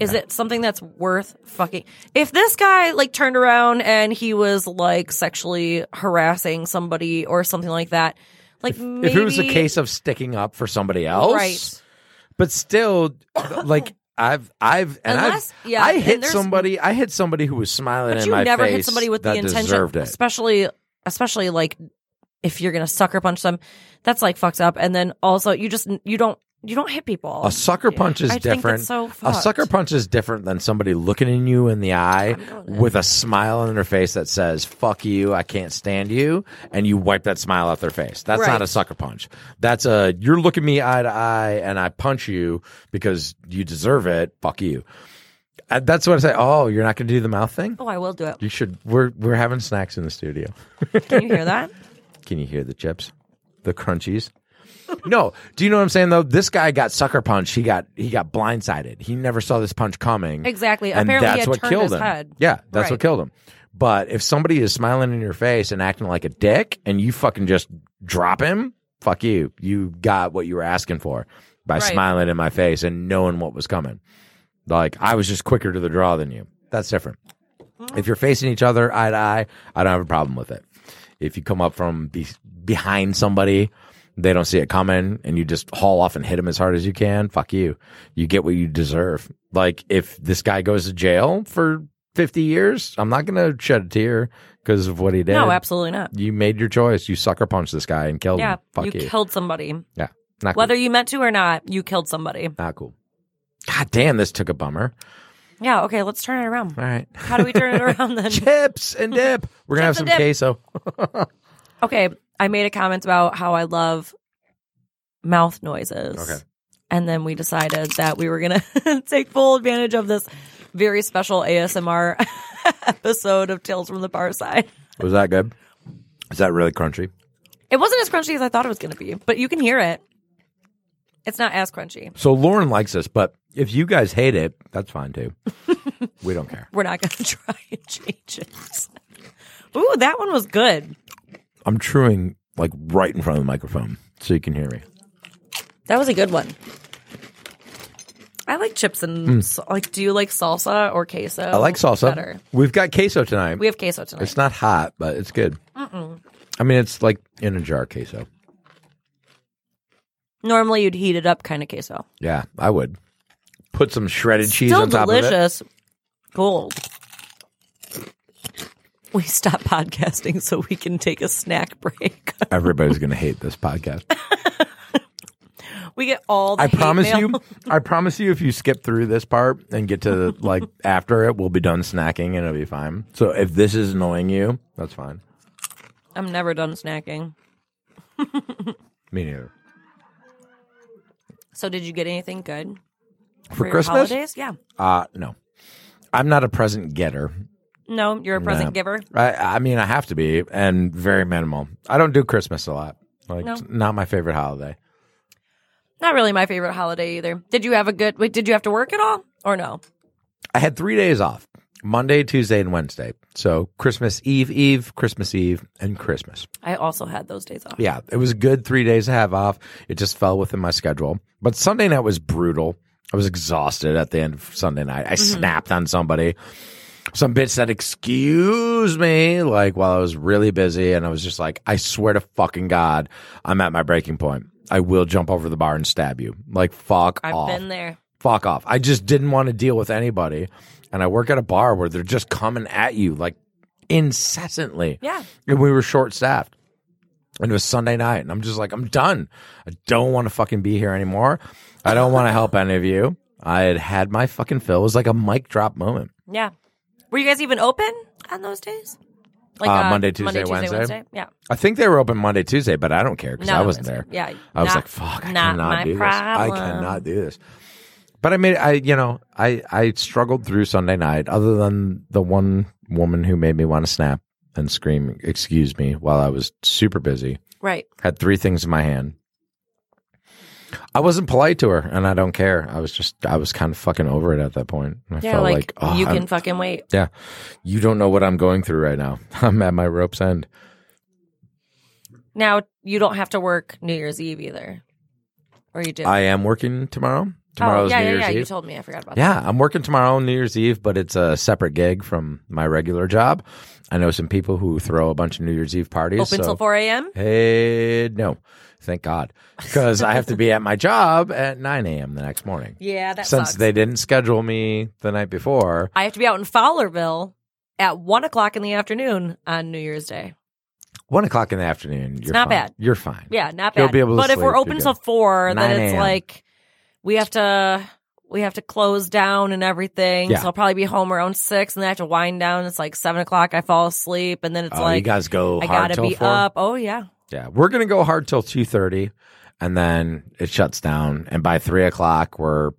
D: Is it something that's worth fucking? If this guy like turned around and he was like sexually harassing somebody or something like that, like maybe
C: If it was a case of sticking up for somebody else,
D: right?
C: but still like I've I've and
D: Unless-
C: I've
D: yeah,
C: I
D: and
C: hit
D: there's-
C: somebody I hit somebody who was smiling
D: But
C: in
D: you
C: my
D: never
C: face
D: hit somebody with
C: that
D: the intention,
C: deserved it.
D: especially especially like if you're gonna sucker punch them. That's like fucked up. And then also you just you don't you don't hit people.
C: A sucker punch is
D: I think
C: different.
D: that's so
C: a
D: fucked.
C: sucker punch is different than somebody looking in you in the eye with a smile on their face that says "fuck you, I can't stand you," and you wipe that smile off their face. That's not
D: Right.
C: a sucker punch. That's a you're looking me eye to eye and I punch you because you deserve it. Fuck you. Uh, That's what I say. Oh, you're not going to do the mouth thing.
D: Oh, I will do it.
C: You should. We're we're having snacks in the studio. [laughs]
D: Can you hear that?
C: Can you hear the chips? The crunchies? no. Do you know what I'm saying though? This guy got sucker punched. He got he got blindsided. He never saw this punch coming.
D: Exactly.
C: And
D: Apparently he
C: that's
D: had
C: what
D: turned
C: killed
D: his
C: him.
D: head.
C: Yeah, that's what
D: Right.
C: killed him. But if somebody is smiling in your face and acting like a dick and you fucking just drop him, fuck you. You got what you were asking for by
D: Right.
C: smiling in my face and knowing what was coming. Like I was just quicker to the draw than you. That's different. If you're facing each other eye to eye, I don't have a problem with it. If you come up from be- behind somebody, they don't see it coming, and you just haul off and hit them as hard as you can. Fuck you. You get what you deserve. Like if this guy goes to jail for 50 years. I'm not going to shed a tear because of what he did.
D: No, absolutely not.
C: You made your choice. You sucker punched this guy and killed
D: Yeah,
C: him. Oh, Fuck
D: you
C: you.
D: killed somebody.
C: yeah. Not
D: Whether
C: cool.
D: you meant to or not, you killed somebody.
C: Not cool. God damn, this took a bummer.
D: Yeah, okay, let's turn it around.
C: All right.
D: How do we turn
C: [laughs]
D: it around then?
C: Chips and dip. We're going to have
D: Chips
C: some
D: and dip.
C: queso.
D: Okay, I made a comment about how I love mouth noises.
C: Okay.
D: And then we decided that we were going to [laughs] take full advantage of this very special ASMR [laughs] episode of Tales from the Bar Side.
C: Was that good? Is that really crunchy?
D: It wasn't as crunchy as I thought it was going to be, but you can hear it. It's not as crunchy.
C: So Lauren likes this, but if you guys hate it, that's fine
D: [laughs]
C: too. we don't care.
D: We're not going to [laughs] try and change it. Ooh, that one was good.
C: I'm chewing like right in front of the microphone so you can hear me.
D: That was a good one. I like chips and sa- like. Do you like salsa or queso?
C: Hmm. I like salsa.
D: Better.
C: We've got queso tonight.
D: We have queso tonight.
C: it's not hot, but it's good. I mean, it's like in a jar queso.
D: Normally, you'd heat it up, kind of queso.
C: Yeah, I would put some shredded cheese
D: Still
C: on top of it.
D: delicious. Gold. [laughs] We stopped podcasting so we can take a snack [laughs] break.
C: Everybody's gonna hate this podcast.
D: we get all. The [laughs]
C: I
D: hate
C: promise
D: mail.
C: you. I promise you. If you skip through this part and get to like after it, we'll be done snacking and it'll be fine. So if this is annoying you, that's fine.
D: I'm never done snacking.
C: Me neither.
D: So, did you get anything good
C: For,
D: your
C: Christmas,
D: holidays? Yeah.
C: uh, no, I'm not a present getter.
D: No, you're a present giver.
C: I, I mean, I have to be, and very minimal. I don't do Christmas a lot. Like,
D: No.
C: it's not my favorite holiday.
D: Not really my favorite holiday either. Did you have a good? Wait, did you have to work at all or no?
C: I had three days off Monday, Tuesday, and Wednesday. So Christmas Eve, Eve, Christmas Eve, and Christmas.
D: I also had those days off.
C: Yeah, it was a good three days to have off. It just fell within my schedule. But Sunday night was brutal. I was exhausted at the end of Sunday night. I
D: Mm-hmm.
C: snapped on somebody. Some bitch said, Excuse me, like while I was really busy. And I was just like, I swear to fucking God, I'm at my breaking point. I will jump over the bar and stab you. Like, fuck
D: I've
C: off
D: been there.
C: fuck off. I just didn't want to deal with anybody. And I work at a bar where they're just coming at you like incessantly.
D: Yeah.
C: And we were short staffed. And it was Sunday night. And I'm just like, I'm done. I don't want to fucking be here anymore. I don't want to help any of you. I had had my fucking fill. It was like a mic drop moment.
D: Yeah. Were you guys even open on those days? Like
C: Uh, Monday, Tuesday, Wednesday?
D: Yeah.
C: I think they were open Monday, Tuesday, but I don't care because I
D: No,
C: wasn't
D: it's-
C: there.
D: yeah,
C: I was
D: not-
C: like, fuck, I
D: not
C: cannot
D: my
C: do this. I
D: problem.
C: cannot do this. But I made I you know, I I struggled through Sunday night, other than the one woman who made me want to snap and scream, excuse me, while I was super busy.
D: Right.
C: Had three things in my hand. I wasn't polite to her and I don't care. I was just I was kind of fucking over it at that point. I
D: Yeah.
C: felt
D: Like,
C: like, oh,
D: you
C: I'm-
D: can fucking wait.
C: yeah. You don't know what I'm going through right now. [laughs] I'm at my rope's end.
D: Now you don't have to work New Year's Eve either, or you do.
C: I am working tomorrow.
D: oh
C: Tomorrow's
D: yeah,
C: New
D: yeah,
C: Year's
D: yeah.
C: Eve.
D: You told me. I forgot about
C: yeah, I'm working tomorrow on New Year's Eve, but it's a separate gig from my regular job. I know some people who throw a bunch of New Year's Eve parties.
D: that. Open
C: so-
D: till four a.m.
C: Hey, no, thank
D: [laughs]
C: God, because I have to be at my job at 9 a.m. the next morning.
D: Yeah, that
C: Since
D: sucks.
C: they didn't schedule me the night before,
D: I have to be out in Fowlerville at one o'clock in the afternoon on New Year's Day.
C: one o'clock in the afternoon. you're
D: not
C: fine.
D: bad.
C: You're fine.
D: Yeah, not
C: You'll
D: bad.
C: be able to
D: but if we're
C: sleep, you're
D: open
C: good.
D: till four,
C: 9
D: then it's
C: a.m..
D: like we have to we have to close down and everything.
C: Yeah.
D: So I'll probably be home around six, and then I have to wind down. It's like seven o'clock. I fall asleep, and then it's
C: Oh, you
D: like
C: guys go
D: I
C: hard
D: gotta
C: till
D: be
C: four?
D: up. Oh yeah,
C: Yeah, we're gonna go hard till two thirty, and then it shuts down. And by three o'clock, we're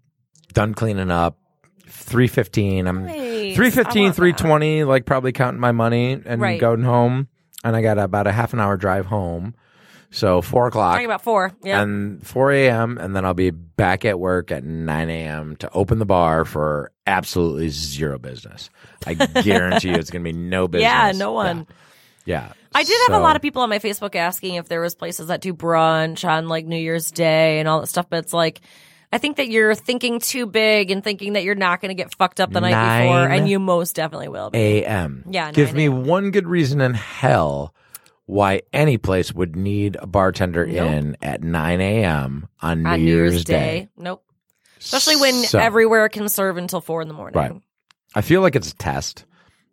C: done cleaning up. Three fifteen. I'm
D: Nice.
C: three
D: I
C: fifteen,
D: want
C: three twenty. Like probably counting my money and
D: Right.
C: going home. And I got about a half an hour drive home. So four o'clock
D: talking about four. Yeah,
C: and four a.m. And then I'll be back at work at nine a.m. to open the bar for absolutely zero business. I guarantee you, it's gonna be no business.
D: [laughs] yeah, no one.
C: Yeah, Yeah.
D: I did have a
C: So-
D: lot of people on my Facebook asking if there was places that do brunch on like New Year's Day and all that stuff, but it's like I think that you're thinking too big and thinking that you're not going to get fucked up the night before,
C: 9
D: and you most definitely will. be.
C: a.m.
D: Yeah,
C: Give
D: 9
C: me one good reason in hell why any place would need a bartender in at 9 a.m. on,
D: on
C: New Year's, Day.
D: Nope. Especially when
C: So,
D: everywhere can serve until four in the morning.
C: Right. I feel like it's a test.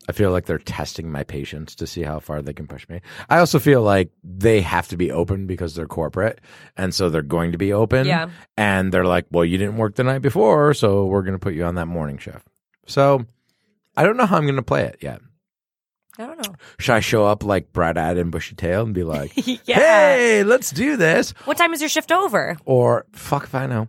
C: I feel like they're testing my patience to see how far they can push me. I also feel like they have to be open because they're corporate. And so they're going to be open.
D: Yeah.
C: And they're like, well, you didn't work the night before. So we're going to put you on that morning shift. So I don't know how I'm going to play it yet.
D: I don't know.
C: Should I show up like bright eyed and bushy tailed and be like,
D: [laughs] Yeah.
C: hey, let's do this?
D: What time is your shift over?
C: Or fuck if I know.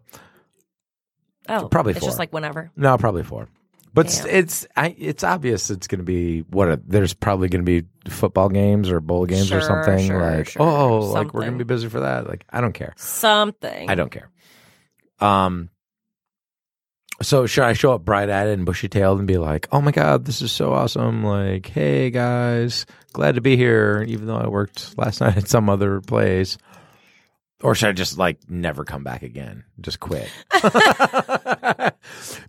D: Oh,
C: Probably
D: It's
C: four.
D: just like whenever.
C: No, probably four. But s
D: Damn.
C: it's I, it's obvious it's going to be what a, there's probably going to be football games or bowl games or
D: Sure,
C: something
D: sure,
C: like
D: sure,
C: oh like we're going
D: something.
C: to be busy for that like I don't care
D: Something.
C: I don't care. Um. So should I show up bright eyed and bushy tailed and be like oh my god this is so awesome like hey guys glad to be here even though I worked last [laughs] night at some other place. Or should I just like never come back again? Just quit. [laughs]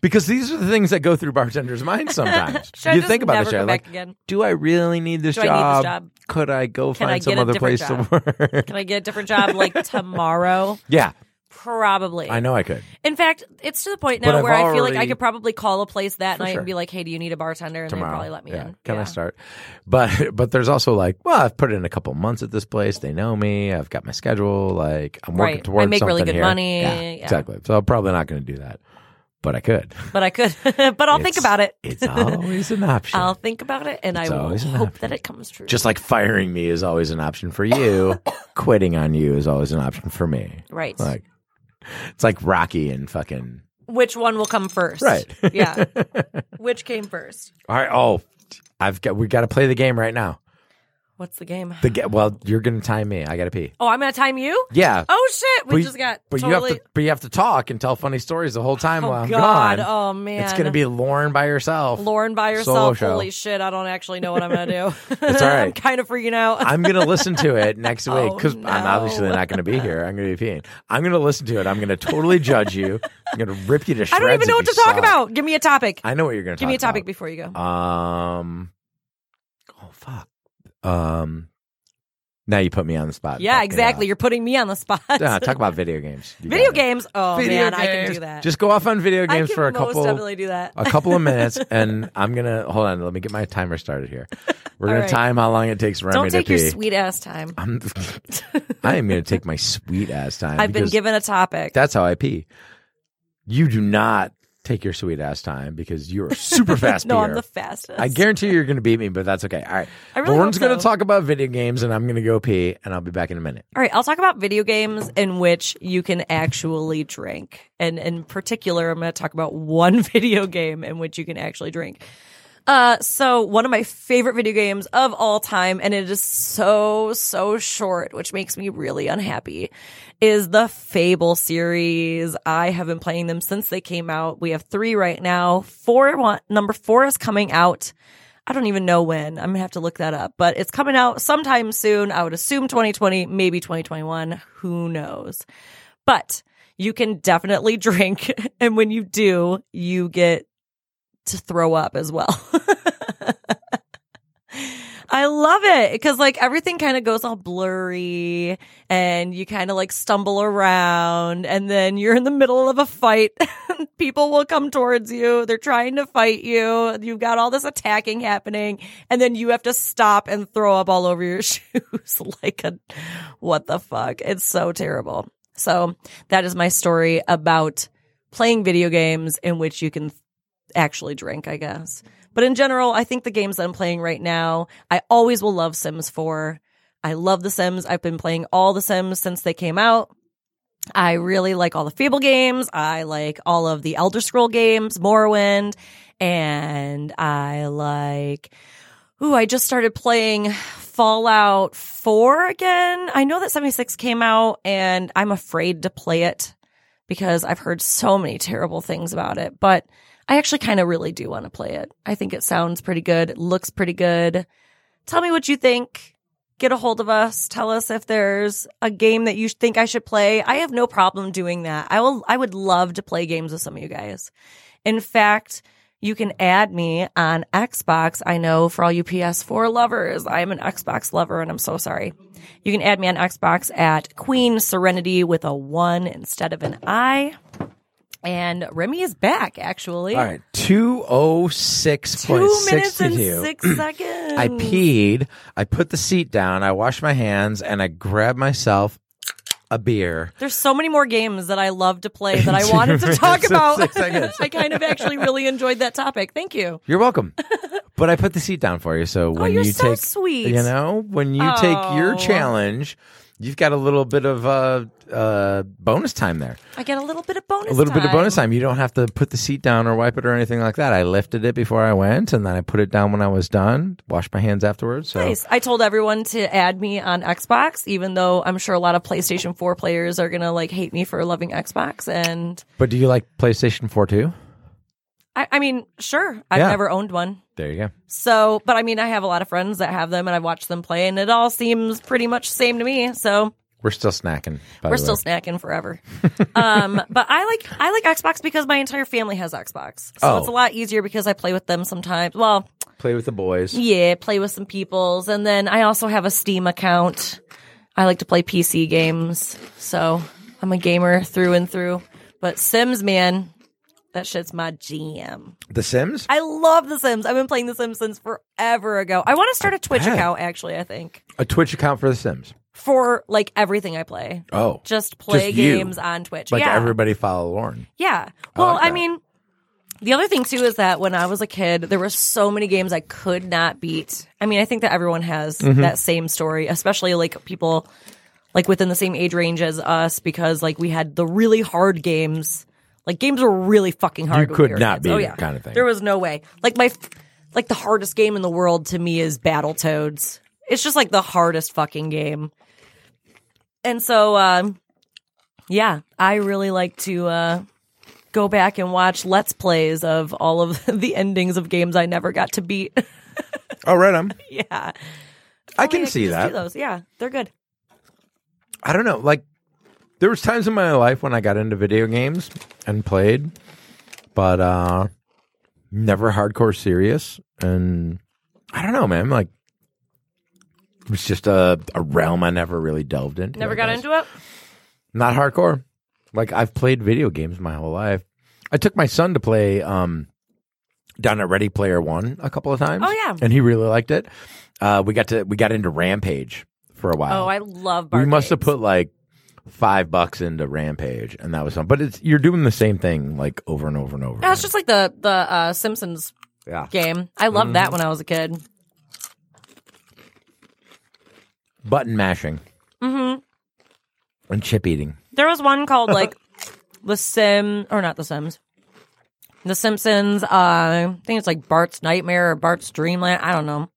C: because these are the things that go through bartenders' minds sometimes.
D: [laughs] Should I
C: you
D: just
C: think about
D: never
C: this
D: come
C: shit.
D: back
C: Like,
D: again?
C: do I really need this,
D: Do I need
C: job?
D: this job?
C: Could I go
D: Can I
C: find
D: get
C: some
D: a
C: other
D: different
C: place to work? [laughs]
D: Can I get a different job like tomorrow?
C: yeah,
D: Probably.
C: I know I could.
D: In fact, it's to the point
C: But
D: now
C: I've
D: where I feel like I
C: already-
D: could probably call a place that
C: For
D: night
C: sure.
D: and be like, "Hey, do you need a bartender?" And
C: tomorrow.
D: they'd probably let me
C: yeah.
D: in.
C: Can
D: Yeah.
C: I start? But [laughs] but there's also like, well, I've put in a couple months at this place. They know me. I've got my schedule. Like I'm working
D: Right. I
C: towards.
D: make really
C: something
D: good
C: here.
D: money.
C: Yeah,
D: Yeah.
C: Exactly. So I'm probably not going to do that, but I could.
D: But I could. but I'll [laughs] think
C: It's-
D: about it.
C: It's
D: [laughs]
C: always an option.
D: I'll think about it, and
C: It's
D: I will
C: always an
D: hope
C: option.
D: that it comes true.
C: Just like firing me is always an option for
D: [coughs]
C: you, quitting on you is always an option for me.
D: right.
C: Like it's like Rocky and fucking
D: Which one will come first?
C: right. [laughs]
D: yeah. Which came first?
C: All right. Oh, I've got. We got to play the game right now.
D: What's the game?
C: The ga- well, you're going to time me. I got to pee.
D: Oh, I'm gonna time you.
C: Yeah.
D: Oh shit! We
C: But-
D: just got
C: But
D: totally.
C: you have to, but you have to talk and tell funny stories the whole time
D: oh
C: while I'm
D: god!
C: gone.
D: Oh man!
C: It's gonna be Lauren by herself.
D: Lauren by
C: Solo
D: herself.
C: show.
D: Holy shit! I don't actually know what I'm gonna do.
C: [laughs] It's all right.
D: [laughs] I'm kind of freaking out.
C: I'm gonna listen to it next
D: [laughs]
C: week because
D: Oh,
C: I'm
D: no.
C: obviously not gonna be here. I'm gonna be peeing. I'm gonna listen to it. I'm gonna totally judge you. I'm gonna rip you to shreds.
D: [laughs] I don't even
C: if
D: know what
C: you
D: to talk
C: suck.
D: about. Give me a topic.
C: I know what you're gonna.
D: Give me a
C: talk
D: topic
C: about.
D: before you go.
C: Um. Oh fuck. Um. Now you put me on the spot.
D: yeah,
C: But,
D: exactly. You're putting me on the spot.
C: [laughs] Yeah, talk about video games. You
D: [laughs] Video
C: got it.
D: games. Oh
C: Video
D: man, I can
C: games.
D: do that.
C: Just go off on video
D: I
C: games
D: can
C: for a
D: most
C: couple.
D: definitely do that.
C: a couple of minutes
D: [laughs]
C: [laughs] and I'm gonna hold on, let me get my timer started here. We're gonna
D: right.
C: time how long it takes Remy
D: Don't
C: to
D: take
C: pee.
D: your sweet ass time.
C: I'm [laughs] I am gonna take my sweet ass time.
D: I've been
C: because
D: given a topic.
C: that's how I pee. You do not take your sweet ass time because you're a super fast
D: [laughs] no, I'm
C: peer.
D: the fastest.
C: I guarantee you're gonna beat me, but that's okay. All right.
D: I really
C: Lauren's
D: hope so.
C: gonna talk about video games and I'm gonna go pee and I'll be back in a minute.
D: All right, I'll talk about video games in which you can actually drink. And in particular, I'm going to talk about [laughs] one video game in which you can actually drink. Uh, so one of my favorite video games of all time, and it is so, so short, which makes me really unhappy, is the Fable series. I have been playing them since they came out. We have three right now. Four, one, number four is coming out. I don't even know when. I'm gonna have to look that up, but it's coming out sometime soon. I would assume 2020, maybe 2021. Who knows? But you can definitely [laughs] drink. And when you do, you get to throw up as well. I love it because like everything kind of goes all blurry and you kind of like stumble around and then you're in the middle of a fight. [laughs] People will come towards you. They're trying to fight you. You've got all this attacking happening and then you have to stop and throw up all over your [laughs] shoes like a what the fuck. It's so terrible. So that is my story about playing video games in which you can actually drink, I guess. But in general, I think the games that I'm playing right now, I always will love Sims 4. I love The Sims. I've been playing all The Sims since they came out. I really like all the Fable games. I like all of the Elder Scroll games, Morrowind, and I like. Ooh, I just started playing Fallout 4 again. I know that 76 came out, and I'm afraid to play it because I've heard so many terrible things about it, but I actually kind of really do want to play it. I think it sounds pretty good. It looks pretty good. Tell me what you think. Get a hold of us. Tell us if there's a game that you think I should play. I have no problem doing that. I will I would love to play games with some of you guys. In fact, you can add me on Xbox. I know for all you PS4 lovers, I am an Xbox lover and I'm so sorry. You can add me on Xbox at Queen Serenity with a one instead of an I. And Remy is back, actually.
C: All right, two oh six point
D: Two
C: six
D: minutes
C: to
D: and
C: you. [clears throat]
D: six seconds.
C: I peed. I put the seat down. I washed my hands, and I grabbed myself a beer.
D: There's so many more games that I love to play
C: [laughs]
D: that I wanted to talk
C: Six
D: about.
C: seconds.
D: [laughs] I kind of actually really enjoyed that topic. Thank you.
C: You're
D: [laughs]
C: welcome. but I put the seat down for you. So when
D: Oh, you're
C: you
D: so
C: take,
D: sweet.
C: you know, when you take your
D: Oh.
C: challenge, you've got a little bit of uh, uh, bonus time there.
D: I get a little bit of bonus.
C: a little bit of bonus time. You don't have to put the seat down or wipe it or anything like that. I lifted it before I went, and then I put it down when I was done. Washed my hands afterwards. So
D: Nice. I told everyone to add me on Xbox, even though I'm sure a lot of PlayStation 4 players are gonna like hate me for loving Xbox. And
C: But do you like PlayStation 4 too?
D: I, I mean, sure, I've
C: Yeah.
D: never owned one.
C: There you go.
D: So, but I mean, I have a lot of friends that have them, and I've watched them play, and it all seems pretty much same to me. So
C: We're still snacking. By
D: we're
C: the
D: still
C: way. [laughs]
D: snacking forever. um, but I like I like Xbox because my entire family has Xbox, so
C: Oh.
D: it's a lot easier because I play with them sometimes. Well,
C: play with the boys.
D: yeah, play with some peoples, and then I also have a Steam account. I like to play PC games, so I'm a gamer through and through. But Sims, man, that shit's my jam.
C: The Sims.
D: I love The Sims. I've been playing The Sims since forever ago. I want to start a Twitch
C: bet.
D: account, actually, I think,
C: A Twitch account for The Sims.
D: for like everything I play.
C: Oh,
D: Just play
C: Just you.
D: games on Twitch.
C: like
D: yeah.
C: everybody follow Lauren.
D: Yeah. Well, I,
C: like that.
D: mean, the other thing too is that when I was a kid, there were so many games I could not beat. I mean, I think that everyone has
C: Mm-hmm.
D: that same story, especially like people like within the same age range as us, because like we had the really hard games. Like games were really fucking hard. when
C: could
D: we were
C: not
D: kids.
C: beat
D: oh,
C: it
D: yeah.
C: kind of thing.
D: There was no way. Like my, f- like the hardest game in the world to me is Battletoads. It's just like the hardest fucking game. And so, um, yeah, I really like to uh, go back and watch Let's Plays of all of [laughs] the endings of games I never got to beat. [laughs]
C: Oh, right on.
D: yeah,
C: I
D: Only
C: can
D: could
C: see
D: just
C: that.
D: Do those. Yeah, they're good.
C: I don't know. Like there was times in my life when I got into video games and played, but uh never hardcore serious. And I don't know, man. Like it was just a, a realm I never really delved into.
D: Never
C: I
D: got
C: guess.
D: into it.
C: Not hardcore. Like I've played video games my whole life. I took my son to play um down at Ready Player One a couple of times.
D: Oh, yeah.
C: and he really liked it. Uh, we got to we got into Rampage for a while.
D: Oh, I love.
C: We must have
D: barcades.
C: put like five bucks into Rampage, and that was something. But it's you're doing the same thing like over and over and over.
D: Yeah, it's just like the the uh, Simpsons
C: yeah.
D: game. I loved
C: Mm-hmm.
D: that when I was a kid.
C: Button mashing. Mm-hmm.
D: Mm-hmm.
C: And chip eating.
D: There was one called [laughs] like The Sim or not The Sims. The Simpsons, uh, I think it's like Bart's Nightmare or Bart's Dreamland. I don't know.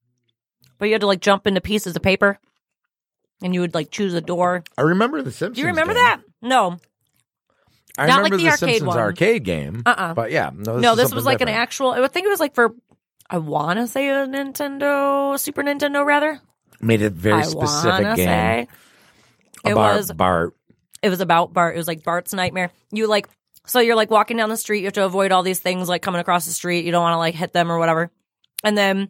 D: But you had to like jump into pieces of paper and you would like choose a door.
C: I remember the Simpsons.
D: Do you remember that? No.
C: I
D: Not
C: remember
D: like the
C: the,
D: arcade
C: Simpsons
D: one.
C: arcade game.
D: Uh-uh.
C: But yeah, no. This
D: no,
C: is
D: this
C: something
D: was like an
C: different.
D: actual, I would think it was like for, I want to say a Nintendo, Super Nintendo rather.
C: made a very
D: I
C: specific
D: wanna
C: game.
D: say. It
C: Bar-
D: was
C: Bart.
D: it was about Bart. It was like Bart's nightmare. You like so you're like walking down the street, you have to avoid all these things like coming across the street. You don't want to like hit them or whatever. And then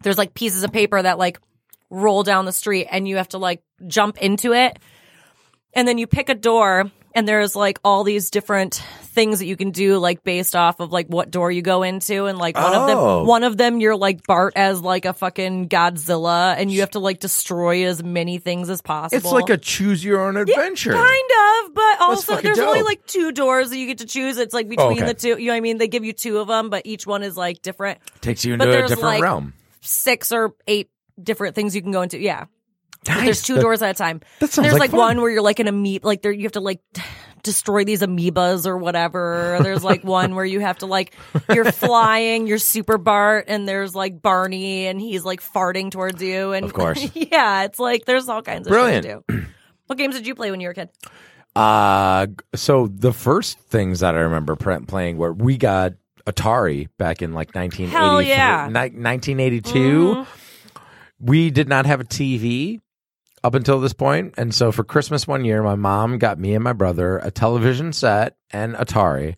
D: there's like pieces of paper that like roll down the street and you have to like jump into it. And then you pick a door and there's like all these different things that you can do like based off of like what door you go into and like one of
C: Oh.
D: them one of them you're like Bart as like a fucking Godzilla and you have to like destroy as many things as possible.
C: It's like a choose your own adventure.
D: Kind of, but also
C: fucking
D: there's only
C: dope.
D: like two doors that you get to choose. It's like between
C: okay.
D: the two. You know what I mean? They give you two of them, but each one is like different.
C: Takes you
D: But
C: into a
D: there's,
C: different
D: like,
C: realm.
D: Six or eight different things you can go into. Yeah. But
C: Nice.
D: There's two
C: That-
D: doors at a time.
C: that sounds
D: there's
C: like
D: like,
C: fun.
D: one where you're like an amoeba, like there you have to like destroy these amoebas or whatever. There's like one where you have to like
C: [laughs]
D: you're flying, you're super Bart, and there's like Barney, and he's like farting towards you. And
C: Of course.
D: [laughs] yeah, it's like there's all kinds of shit
C: Brilliant.
D: to do. [clears throat] What games did you play when you were a kid?
C: Uh, g- so the first things that I remember pre- playing were we got Atari back in like 1983,
D: Hell yeah. Mm-hmm.
C: ni- 1982. We did not have a TV up until this point, and so for Christmas one year, my mom got me and my brother a television set and Atari,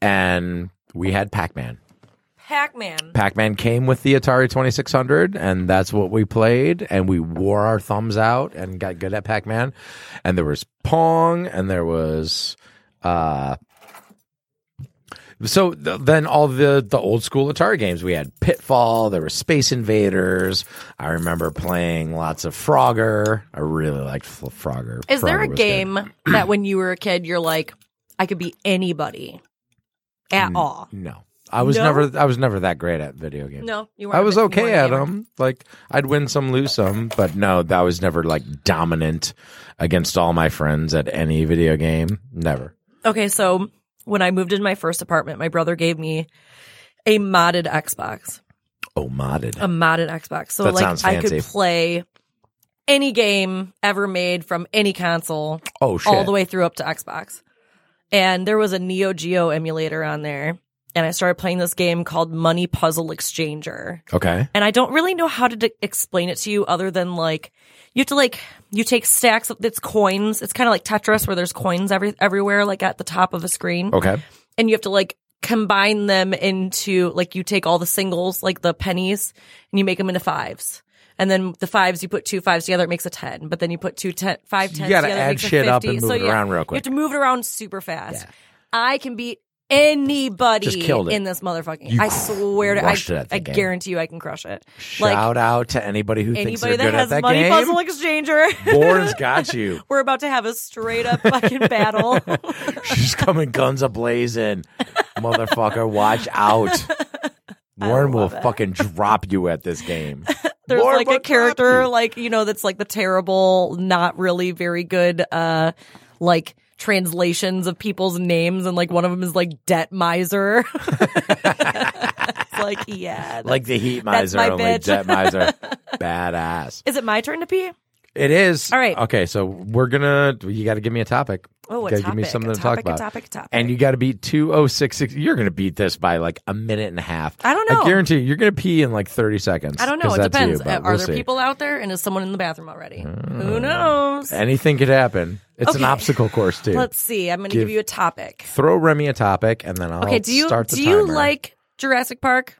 C: and we had Pac Man.
D: Pac-Man.
C: Pac Man came with the Atari 2600, and that's what we played. And we wore our thumbs out and got good at Pac Man. And there was Pong, and there was uh, So th- then all the the old school Atari games we had Pitfall, there was Space Invaders. I remember playing lots of Frogger. I really liked F- Frogger.
D: Is there
C: Frogger was
D: a
C: good.
D: game [clears throat] that when you were a kid, you're like, I could be anybody
C: Hmm.
D: at all?
C: No, I was
D: No?
C: never I was never that great at video games.
D: No, you weren't.
C: I was
D: a bit- you
C: okay
D: weren't
C: at
D: a gamer.
C: them. Like I'd win some, lose some, but no, that was never like dominant against all my friends at any video game. Never.
D: Okay, so when I moved into my first apartment, my brother gave me a modded Xbox,
C: Oh, modded.
D: a modded Xbox. So
C: That
D: like
C: sounds
D: I could
C: fancy.
D: play any game ever made from any console
C: oh shit.
D: all the way through up to Xbox. And there was a Neo Geo emulator on there, and I started playing this game called Money Puzzle Exchanger.
C: Okay.
D: and I don't really know how to d- explain it to you other than like you have to like you take stacks of it's coins. It's kind of like Tetris where there's coins every everywhere like at the top of a screen
C: Okay.
D: and you have to like combine them into like you take all the singles like the pennies and you make them into fives. And then the fives, you put two fives together, it makes a ten. But then you put two ten, five tens
C: gotta
D: together, it
C: add
D: makes a
C: shit up
D: 50.
C: and move
D: so,
C: it
D: yeah,
C: around real
D: You have
C: quick.
D: to move it around super fast. I can beat anybody
C: Just killed it.
D: in this motherfucking.
C: You
D: I swear to, I,
C: crushed it at that
D: I
C: game.
D: guarantee you, I can crush it.
C: Shout out to anybody who thinks
D: anybody
C: they're
D: that
C: good
D: has
C: at that
D: money
C: game.
D: [laughs] puzzle exchanger,
C: Lauren's got you.
D: we're about to have a straight up
C: [laughs]
D: fucking battle.
C: She's coming guns a blazing, motherfucker. Watch
D: [laughs]
C: out. Lauren will fucking drop you at this game.
D: [laughs] There's
C: Lauren
D: like a
C: will drop
D: character,
C: you.
D: like you know, that's like the terrible, not really very good, uh, like translations of people's names, and like one of them is like debt miser. [laughs] it's like yeah,
C: like the heat
D: That's
C: miser,
D: my
C: only
D: bitch.
C: jet
D: [laughs]
C: miser. Badass.
D: is it my turn to pee?
C: It is.
D: All right.
C: Okay, so we're gonna. You got to give me a topic.
D: Oh,
C: You
D: a
C: gotta
D: topic,
C: give me something
D: a
C: to talk
D: topic, a
C: about.
D: topic, a topic.
C: And you got to beat two oh six six. You're gonna beat this by like a minute and a half.
D: I don't know.
C: I guarantee you, you're gonna pee in like thirty seconds.
D: I don't know.
C: 'cause
D: It
C: that's you,
D: depends. Uh,
C: but
D: Are
C: we'll
D: there
C: see. Uh,
D: people out there, and is someone in the bathroom already? Who knows?
C: Anything could happen. It's an
D: Okay.
C: obstacle course too.
D: Let's see. I'm going to give,
C: Give-
D: you a topic.
C: Throw Remy a topic, and then I'll
D: Okay. Do you
C: start the
D: do you
C: timer.
D: like Jurassic Park?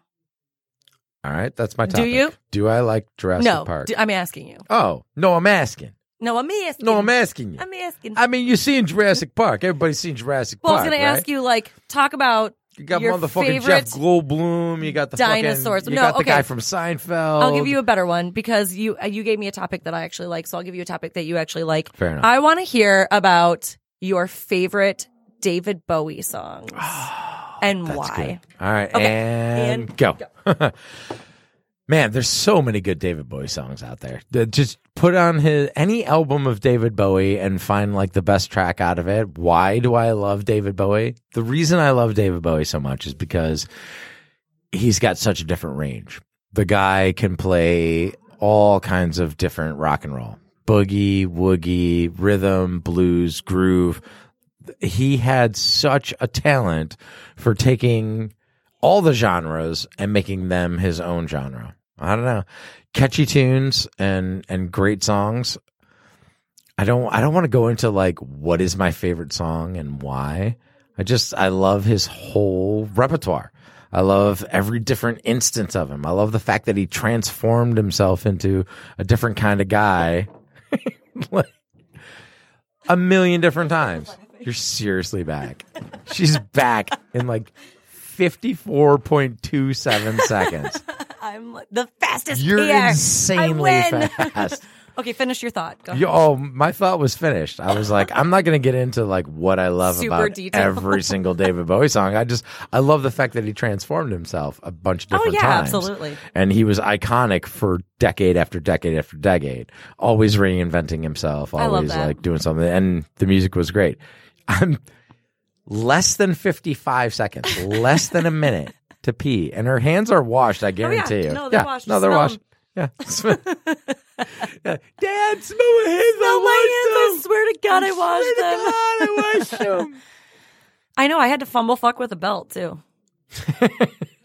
C: All right, that's my
D: Do
C: topic.
D: you?
C: Do I like Jurassic
D: no.
C: Park?
D: Do- I'm asking you.
C: oh no, I'm asking.
D: No, I'm asking.
C: No, I'm asking you.
D: Mm, I'm asking.
C: I mean, you've seen
D: [laughs]
C: Jurassic Park. Everybody's seen Jurassic
D: well, I
C: Park.
D: was going
C: right?
D: to ask you, like, talk about.
C: You got
D: Your
C: motherfucking Jeff
D: favorite
C: Goldblum. You got the
D: dinosaurs.
C: Fucking, you
D: No,
C: got the
D: okay.
C: guy from Seinfeld.
D: I'll give you a better one because you uh, you gave me a topic that I actually like, so I'll give you a topic that you actually like.
C: Fair enough.
D: I want to hear about your favorite David
C: [gasps]
D: Bowie songs and
C: That's
D: why.
C: good. All right,
D: Okay.
C: and,
D: And
C: go. [laughs] Man, there's so many good David Bowie songs out there. The- Just put on his any album of David Bowie and find like the best track out of it. Why do I love David Bowie? The reason I love David Bowie so much is because he's got such a different range. The guy can play all kinds of different rock and roll. Boogie, woogie, rhythm, blues, groove. He had such a talent for taking all the genres and making them his own genre. I don't know. Catchy tunes and and great songs. I don't I don't want to go into like what is my favorite song and why. I just I love his whole repertoire. I love every different instance of him. I love the fact that he transformed himself into a different kind of guy like, a million different times. You're seriously back. She's back in like 54.27 seconds.
D: I'm the fastest
C: You're
D: peer.
C: insanely
D: I win. [laughs]
C: fast.
D: Okay, finish your thought. Go. ahead.
C: You, oh, my thought was finished. I was like, I'm not going to get into like what I love
D: Super
C: about
D: detailed.
C: every single David Bowie song. I just I love the fact that he transformed himself a bunch of
D: Oh,
C: different
D: yeah,
C: times.
D: absolutely.
C: And he was iconic for decade after decade after decade, always reinventing himself,
D: love
C: always
D: that.
C: like doing something. And the music was great. I'm less than 55 seconds, less than a minute to pee, and her hands are washed. I guarantee you.
D: Oh, No, they're washed.
C: No, they're
D: Smell 'em.
C: washed. Yeah. [laughs] Yeah. Dad, smell my hands.
D: Smell Oh,
C: I
D: my hands. I swear to God, I washed them.
C: washed
D: [laughs]
C: them. God, I washed them.
D: I know. I had to fumble fuck with a belt too.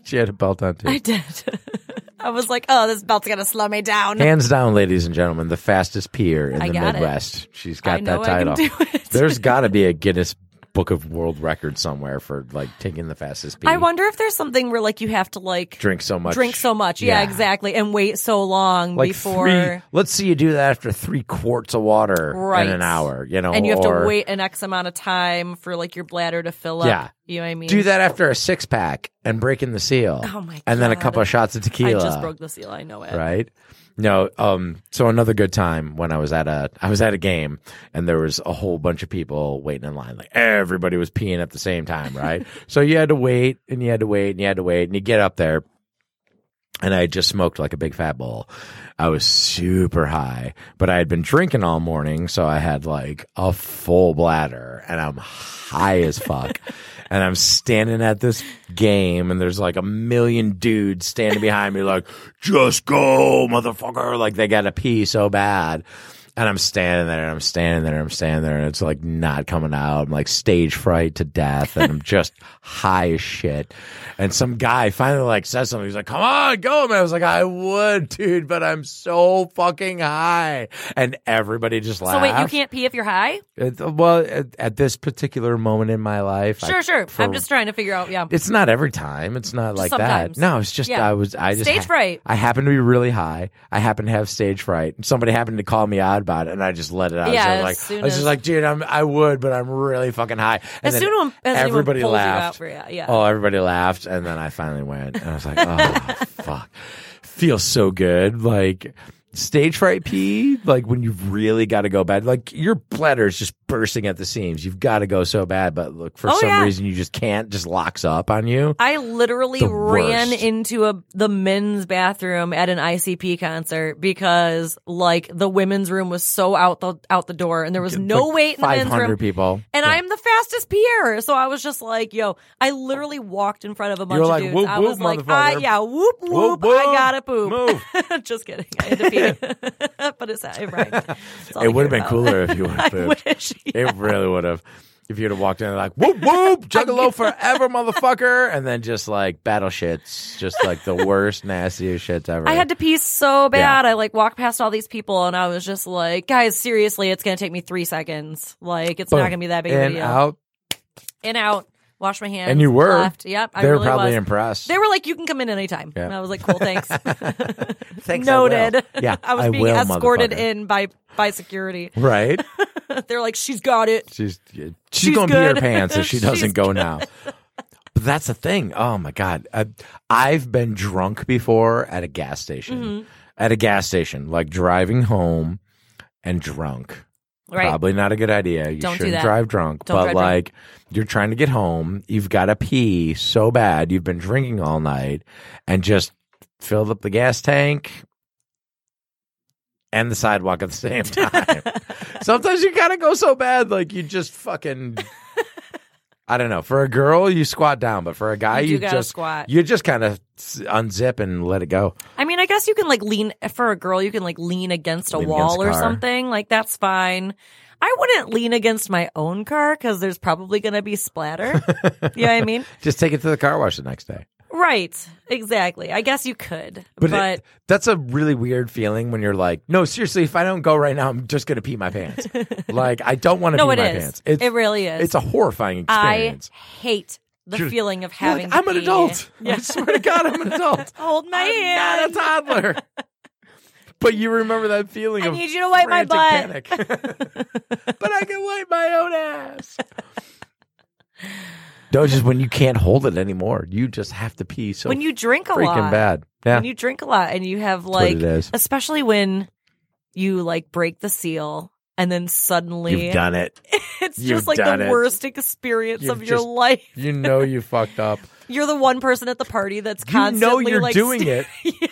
C: She had a belt on too.
D: [laughs] I did. [laughs] I was like, oh, this belt's gonna slow me
C: [laughs]
D: down.
C: Hands down, ladies and gentlemen, the fastest peer in
D: I
C: the
D: got it.
C: Midwest. She's
D: I
C: got
D: know
C: that
D: I can
C: title.
D: do it. [laughs]
C: There's got to be a Guinness Book of World Record somewhere for like taking the fastest pee.
D: I wonder if there's something where like you have to like
C: drink so much.
D: drink so much. Yeah, exactly. And wait so long
C: Like
D: before
C: three. Let's see you do that after three quarts of water
D: Right.
C: in an hour. You know,
D: and you have
C: or-
D: to wait an X amount of time for like your bladder to fill up.
C: Yeah,
D: You know what I mean?
C: Do that after a six pack and breaking the seal.
D: Oh my
C: And then a
D: God.
C: couple of shots of
D: I
C: tequila.
D: just broke the seal. I know it.
C: right? No, um, so another good time when I was at a I was at a game and there was a whole bunch of people waiting in line. Like everybody was peeing at the same time, right? so you had to wait and you had to wait and you had to wait and you get up there and I had just smoked like a big fat bowl. I was super high, but I had been drinking all morning, so I had like a full bladder and I'm high as fuck. and I'm standing at this game and there's like a million dudes standing behind me like, just go, motherfucker. Like they gotta pee so bad. And I'm standing there and I'm standing there and I'm standing there and it's like not coming out. I'm like stage fright to death and I'm just high as shit. And some guy finally like says something. He's like, come on, go. And I was like, I would, dude, but I'm so fucking high. And everybody just
D: So
C: laughed.
D: wait, you can't pee if you're high?
C: It, well, at, at this particular moment in my life. I-
D: Sure, sure.
C: for-
D: I'm just trying to figure out. Yeah.
C: It's not every time. It's not like
D: sometimes.
C: that. No, it's just
D: Yeah.
C: I was I just
D: Stage fright.
C: I happened to be really high. I happened to have stage fright. And somebody happened to call me out about it, and I just let it out. so
D: Yeah,
C: I
D: as
C: was like
D: soon
C: I was
D: as-
C: just like, dude, I'm I would, but I'm really fucking high. And
D: As
C: then
D: soon as anyone
C: everybody
D: pulls you out
C: laughed.
D: for it, yeah.
C: Oh, everybody laughed, and then I finally went, and I was like, oh [laughs] fuck, feels so good, like. Stage fright pee, like when you've really got to go bad, like your bladder is just bursting at the seams. You've got to go so bad, but look, for
D: Oh,
C: some
D: yeah.
C: reason you just can't, just locks up on you.
D: I literally
C: The
D: ran
C: worst.
D: into a the men's bathroom at an ICP concert because like the women's room was so out the out the door and there was no
C: like
D: wait in the men's
C: 500
D: room.
C: people.
D: [laughs] And
C: Yeah.
D: I'm the fastest peer, so I was just like, "Yo!" I literally walked in front of a bunch
C: You're
D: of
C: like,
D: dudes.
C: "Whoop,
D: I
C: whoop,
D: was like, "I
C: motherfucker."
D: yeah, whoop whoop,
C: Whoop,
D: I
C: whoop.
D: gotta poop."
C: Move.
D: [laughs] just kidding, I had to pee,
C: [laughs]
D: [laughs] but it's it rhymed. That's all I
C: It would have been
D: care about. [laughs]
C: cooler if you would
D: I
C: have pooped. [laughs]
D: wish.
C: It really would have. If you'd have walked in and like, whoop,
D: [laughs]
C: whoop, juggalo forever, motherfucker. And then just like battle shits, just like the worst, nastiest shits ever.
D: I had to pee so bad. I like walked past all these people and I was just like, guys, seriously, it's gonna take me three seconds. Like it's not
C: Boom.
D: gonna be that big of a
C: in,
D: deal.
C: out.
D: In out, wash my hands.
C: And you were.
D: left. Yep, I
C: they were
D: really
C: probably
D: was.
C: impressed.
D: They were like, you can come in anytime.
C: Yeah.
D: And I was like,
C: [laughs]
D: cool, thanks.
C: Thanks, I will.
D: Noted. [laughs]
C: Yeah,
D: I was
C: I
D: being
C: will,
D: escorted
C: motherfucker.
D: in by by security. [laughs]
C: right?
D: They're like, she's got it.
C: She's she's,
D: She's
C: gonna pee her
D: good.
C: pants
D: [laughs]
C: if she
D: She's
C: doesn't go now. But that's the thing. Oh my god, I, I've been drunk before at a gas station.
D: Mm-hmm.
C: At a gas station, like driving home and drunk.
D: Right.
C: Probably not a good idea. You
D: Don't do
C: shouldn't
D: that.
C: drive drunk.
D: Don't
C: but
D: drive drunk.
C: like you're trying to get home, you've got to pee so bad. You've been drinking all night and just filled up the gas tank and the sidewalk at the
D: [laughs]
C: same time. Sometimes you gotta go so bad, like you just
D: [laughs]
C: fucking. I don't know. For a girl, you squat down, but for a guy,
D: You do
C: you,
D: gotta
C: just
D: squat.
C: You just kind of unzip and let it go.
D: I mean, I guess you can like lean for a girl. You can like lean against a
C: Lean
D: wall
C: against a
D: or
C: car.
D: something. Like that's fine. I wouldn't lean against my own car because there's probably going to
C: [laughs]
D: be splatter. you know what I mean?
C: Just take it to the car wash the next day.
D: Right. Exactly. I guess you could, but,
C: But, it- that's a really weird feeling when you're like, no, seriously, if I don't go right now, I'm just gonna pee my
D: [laughs]
C: pants. like I don't want to
D: no,
C: pee
D: it
C: my
D: is.
C: pants. It's,
D: it really is.
C: It's a horrifying
D: I
C: experience.
D: hate the
C: You're-
D: feeling of
C: You're like,
D: having. to
C: I'm an
D: pee.
C: adult.
D: Yeah. Oh,
C: I swear to God,
D: [laughs]
C: I'm an adult.
D: Hold my hand.
C: I'm not a
D: [laughs]
C: toddler. but you remember that feeling
D: I
C: of
D: need you to wipe my
C: frantic panic.
D: [laughs]
C: but I can wipe my own ass. No, just when you can't hold it anymore, you just have to pee so
D: when you drink a
C: freaking
D: lot.
C: bad. Yeah,
D: When you drink a lot and you have
C: what
D: like,
C: it is.
D: especially when you like break the seal and then suddenly
C: you've done it.
D: [laughs] it's
C: You've
D: just like
C: done
D: the
C: it.
D: worst experience
C: You've
D: of your
C: just-
D: life. [laughs]
C: You know you fucked up.
D: You're the one person at the party that's
C: You know
D: constantly
C: you're
D: like
C: doing
D: st- [laughs]
C: it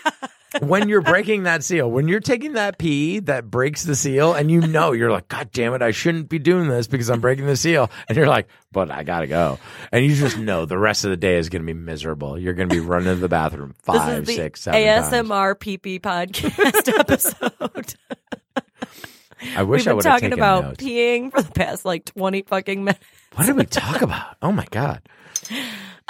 C: when you're breaking that seal. When you're taking that pee that breaks the seal, and you know you're like, God damn it, I shouldn't be doing this because I'm breaking the seal. And you're like, but I gotta go. And you just know the rest of the day is gonna be miserable. You're gonna be running to the bathroom
D: This
C: five,
D: is the
C: six, seven times.
D: ASMR
C: [laughs]
D: PP podcast episode.
C: I wish I
D: We've been
C: would have
D: talking
C: taken
D: about
C: notes.
D: peeing for the past like twenty fucking minutes. [laughs]
C: what did we talk about? Oh my god,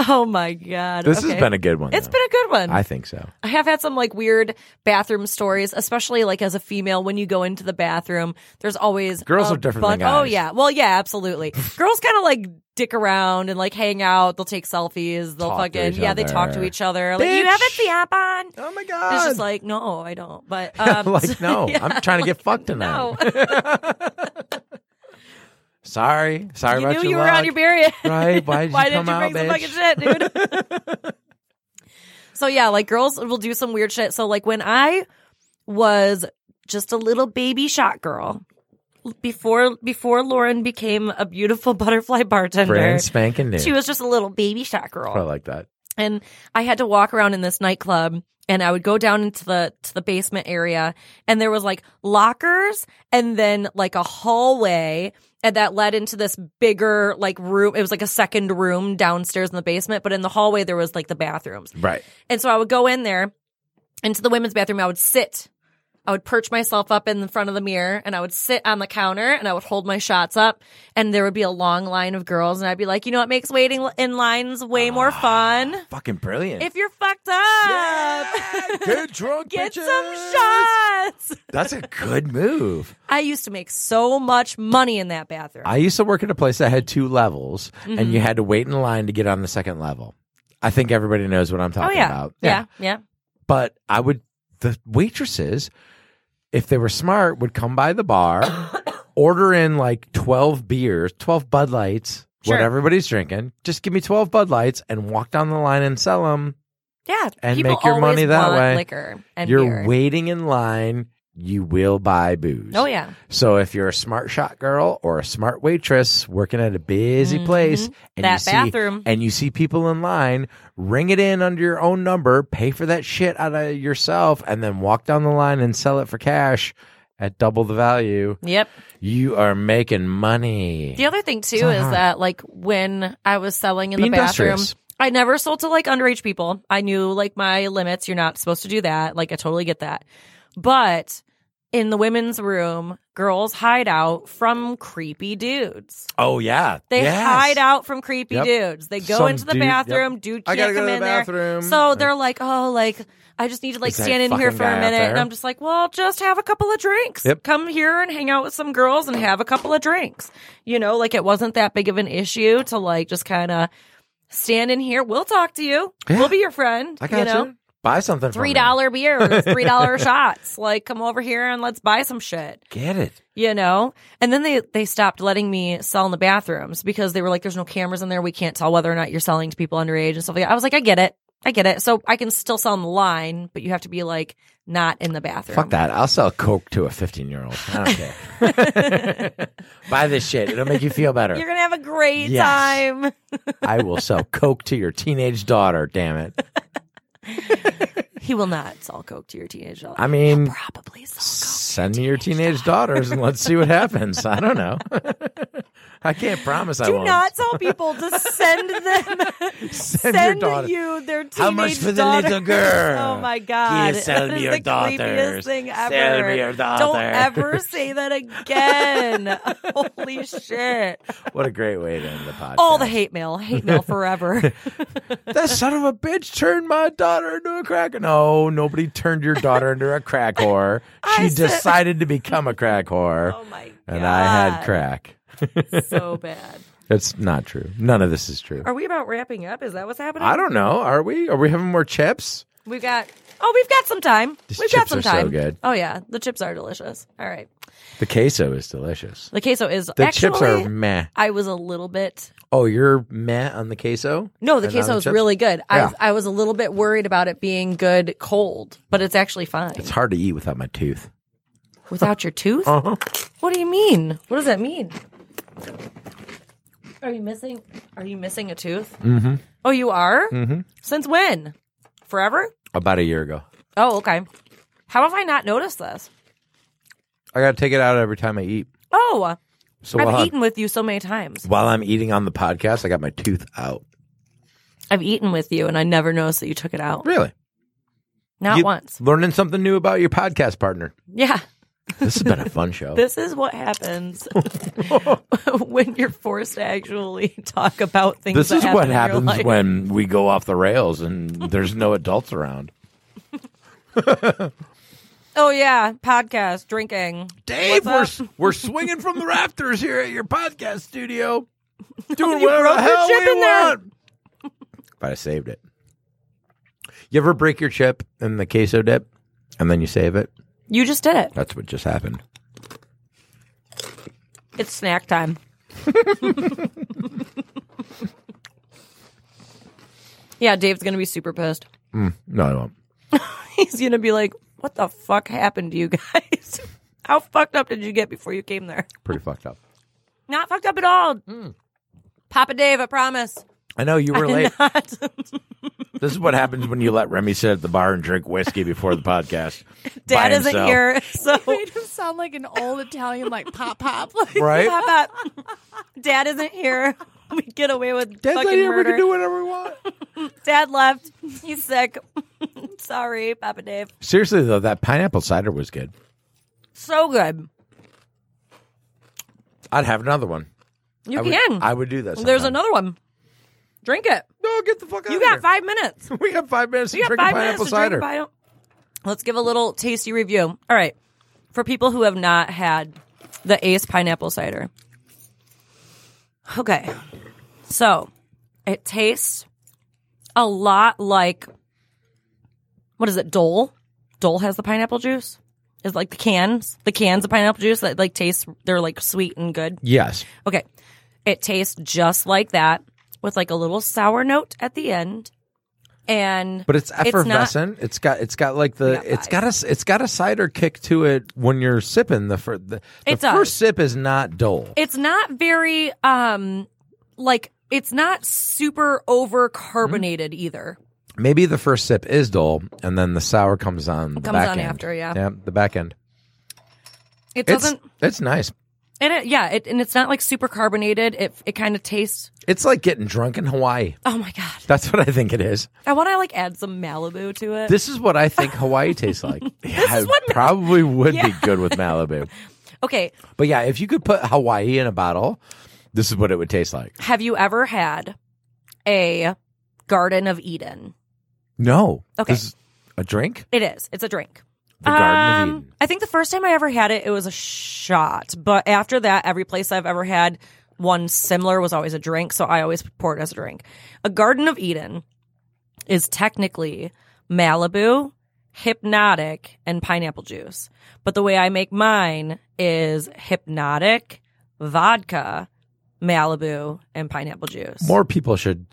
D: Oh my god!
C: this
D: Okay.
C: has been a good one.
D: It's
C: though.
D: been a good one.
C: I think so.
D: I have had some like weird bathroom stories, especially like as a female when you go into the bathroom. There's always
C: Girls
D: a
C: are different than
D: bun- Oh
C: guys.
D: yeah, well yeah,
C: [laughs]
D: absolutely. Girls kind of like dick around and like hang out. They'll take selfies. They'll
C: Talk to
D: fucking
C: each
D: yeah, they talk to
C: other.
D: each other. Like you have a
C: Bitch.
D: fiap on.
C: Oh my
D: It's
C: god, [laughs]
D: just like no, I don't. But um, [laughs]
C: like no, I'm trying to get fucked tonight.
D: no.
C: Sorry, sorry
D: you [laughs]
C: about your
D: knew you were
C: luck.
D: on your period. [laughs]
C: Right? Why did
D: Why
C: you
D: didn't
C: come
D: you
C: out,
D: bring
C: bitch?
D: some fucking shit, dude? [laughs] so yeah, like girls will do some weird shit. So like when I was just a little baby shot girl before before Lauren became a beautiful [laughs] butterfly bartender.
C: Brand spanking new.
D: She was just a little baby shot girl.
C: Probably like that.
D: and I had to walk around in this nightclub and I would go down into the to the basement area and there was like lockers and then like a hallway and that led into this bigger like room it was like a second room downstairs in the basement but in the hallway there was like the bathrooms
C: Right.
D: and so I would go in there into the women's bathroom I would sit I would perch myself up in the front of the mirror and I would sit on the counter and I would hold my shots up and there would be a long line of girls and I'd be like you know what makes waiting in lines way more fun
C: Fucking brilliant.
D: if you're fucked up,
C: Good drunk
D: [laughs] get
C: bitches.
D: some shots.
C: That's a good move.
D: I used to make so much money in that bathroom.
C: I used to work at a place that had two levels, and you
D: Mm-hmm.
C: had to wait in line to get on the second level. I think everybody knows what I'm
D: oh
C: talking
D: yeah.
C: about.
D: yeah, yeah,
C: But I would, the waitresses, if they were smart, would come by the
D: [coughs]
C: bar, order in like 12 beers, 12 Bud Lights, what
D: Sure.
C: everybody's drinking. Just give me 12 Bud Lights and walk down the line and sell them.
D: yeah.
C: And
D: People
C: make your
D: always
C: money that
D: want
C: way.
D: Liquor and
C: You're
D: beer.
C: waiting in line. You will buy booze.
D: oh yeah,
C: So if you're a smart shot girl or a smart waitress working at a busy place and you
D: Mm-hmm. That
C: see,
D: bathroom.
C: and you see people in line, ring it in under your own number, pay for that shit out of yourself, and then walk down the line and sell it for cash at double the value.
D: yep.
C: You are making money.
D: The other thing too
C: So
D: is
C: hard.
D: that like when I was selling in
C: Be
D: the bathroom,
C: industrious.
D: I never sold to like underage people. I knew like my limits. You're not supposed to do that. Like I totally get that. But in the women's room, girls hide out from creepy dudes.
C: Oh yeah,
D: They
C: Yes.
D: hide out from creepy
C: Yep.
D: dudes. They go
C: Some
D: into the
C: dude- yep.
D: bathroom. Dude
C: I
D: can't
C: gotta
D: come
C: go to
D: in
C: the bathroom.
D: there. So they're like, oh, like I just need to like
C: Is that
D: stand in here
C: fucking
D: for a
C: guy out
D: minute. And
C: there?
D: I'm just like, well, just have a couple of drinks.
C: Yep.
D: Come here and hang out with some girls and have a couple of drinks. You know, like it wasn't that big of an issue to like just kind of stand in here. We'll talk to you.
C: Yeah.
D: We'll be your friend.
C: I got
D: you know,
C: Buy something. from me.
D: three dollar beers, three dollar [laughs] shots. Like come over here and let's buy some shit
C: Get it.
D: you know and then they they stopped letting me sell in the bathrooms because they were like there's no cameras in there we can't tell whether or not you're selling to people underage and stuff like that i was like i get it i get it so i can still sell in the line but you have to be like not in the bathroom
C: Fuck that. I'll sell coke to a 15 year old. I don't care.
D: [laughs]
C: Buy this shit. It'll make you feel better.
D: you're gonna have a great
C: Yes.
D: time [laughs]
C: I will sell coke to your teenage daughter. Damn it!
D: he will not sell coke to your teenage daughter
C: I mean,
D: probably sell
C: send me your teenage daughters and let's see what happens. I don't know. [laughs] I can't promise I
D: coke do
C: won't.
D: not tell people to send them
C: [laughs]
D: send,
C: your daughter.
D: you their teenage
C: How much for the
D: daughter. [laughs]
C: little girl?
D: Oh my god!
C: Please sell
D: That
C: me
D: is
C: your
D: the
C: daughters.
D: creepiest thing
C: Sell
D: ever.
C: me your
D: Don't
C: daughter.
D: ever say
C: [laughs]
D: that again. [laughs] Holy shit!
C: What a great way to end the podcast.
D: All the hate mail, hate
C: [laughs]
D: mail forever. [laughs]
C: That son of a bitch turned my daughter into a crack. No, nobody turned your daughter into a crack whore. She
D: [laughs] I said-
C: decided to become a crack whore,
D: [laughs] oh my god!
C: and I had crack.
D: So bad.
C: That's not true. None of this is true.
D: Are we about wrapping up? Is that what's happening?
C: I don't know. Are we? Are we having more chips?
D: We've got. Oh, we've got some time.
C: These
D: we've
C: chips
D: got some
C: are so
D: time.
C: good.
D: Oh yeah, the chips are delicious. All right,
C: The queso is delicious.
D: the queso is
C: The
D: actually.
C: chips are meh.
D: I was a little bit
C: Oh, you're meh on the queso?
D: No, the
C: And on
D: queso is
C: chips?
D: really good. I,
C: Yeah.
D: was, I was a little bit worried about it being good cold, but it's actually fine.
C: It's [laughs] hard to eat without my tooth.
D: Without your tooth?
C: Uh-huh.
D: What do you mean? What does that mean? Are you missing? Are you missing a tooth? Mm-hmm. Oh, you are. Mm-hmm. Since when? Forever?
C: About a year ago.
D: Oh, okay. How have I not noticed this?
C: I got to take it out every time I eat.
D: Oh,
C: So
D: I've
C: while I'm,
D: eaten with you so many times.
C: while I'm eating on the podcast, I got my tooth out.
D: I've eaten with you, and I never noticed that you took it out.
C: Really?
D: Not
C: You-
D: once.
C: Learning something new about your podcast partner.
D: Yeah.
C: This has been a
D: [laughs]
C: fun show.
D: This is what happens [laughs] when you're forced to actually talk about things.
C: this
D: that
C: is
D: happen
C: what
D: in your
C: happens
D: life.
C: when we go off the rails and there's no adults around.
D: Oh yeah, podcast drinking.
C: Dave, we're,
D: What's
C: s- we're swinging from the rafters here at your podcast
D: [laughs]
C: studio. Doing
D: You
C: whatever
D: broke
C: the
D: your
C: hell
D: chip
C: we
D: in there.
C: want. But I saved it. You ever break your chip in the queso dip and then you save it?
D: You just did it.
C: That's what just happened.
D: It's snack time. [laughs] Yeah, Dave's gonna be super pissed. [laughs]
C: No, I won't.
D: He's gonna be like, "What the fuck happened to you guys? [laughs] How fucked up did you get before you came there?
C: Pretty fucked up.
D: Not fucked up at all,
C: Hmm.
D: Papa Dave. I promise.
C: I know
D: [laughs]
C: you were late.
D: Not.
C: This is what happens when you let Remy sit at the bar and drink whiskey before the podcast. by
D: [laughs] Dad isn't
C: himself.
D: here, [laughs] so
E: Made him sound like an old Italian, like pop pop. [laughs] Like,
C: Right?
D: Papa, Dad isn't here. [laughs] We get away with
C: Dad's not
D: fucking
C: here. We
D: murder.
C: can do whatever we want.
D: Dad left. He's sick. [laughs] Sorry, Papa Dave.
C: Seriously, though, that pineapple cider was good.
D: So good.
C: I'd have another one.
D: You
C: I would,
D: can.
C: I would do this.
D: There's another one. Drink it.
C: No, get the fuck out
D: You
C: of
D: got
C: here.
D: five minutes.
C: Five, [laughs] we got five minutes to
D: You got
C: drink
D: five
C: a pineapple
D: minutes to
C: cider.
D: drink a pine- Let's give a little tasty review. All right. For people who have not had the Ace pineapple cider. Okay. So it tastes a lot like what is it, Dole? Dole has the pineapple juice? Is like the cans, the cans of pineapple juice that like taste they're like sweet and good.
C: yes.
D: Okay. It tastes just like that with like a little sour note at the end. And
C: But it's
D: not-
C: effervescent. It's got it's got like the
D: got
C: it's got a s- it's got a cider kick to it when you're sipping the fir- the, the
D: It does.
C: first sip is not dull.
D: it's not very um like it's not super over
C: Hmm.
D: carbonated either.
C: Maybe the first sip is dull and then the sour comes on the
D: Comes
C: back
D: on
C: end.
D: after, yeah.
C: Yeah, the back end.
D: It
C: It's
D: doesn't
C: it's nice.
D: and it, yeah, it, and it's not like super carbonated. It it kind of tastes
C: It's like getting drunk in Hawaii.
D: Oh my god.
C: That's what I think it is.
D: I want to like add some Malibu to it.
C: This is what I think Hawaii tastes
D: [laughs]
C: like. Yeah,
D: is
C: it
D: what-
C: probably would be
D: Yeah.
C: good with Malibu.
D: okay,
C: But yeah, if you could put Hawaii in a bottle, this is what it would taste like.
D: have you ever had a Garden of Eden?
C: No.
D: Okay.
C: This is a drink?
D: It is. It's a drink.
C: The Garden
D: Um,
C: of Eden.
D: I think the first time I ever had it, it was a shot. But after that, every place I've ever had one similar was always a drink. So I always pour it as a drink. A Garden of Eden is technically Malibu, hypnotic, and pineapple juice. But the way I make mine is hypnotic, vodka, Malibu, and pineapple juice.
C: More people should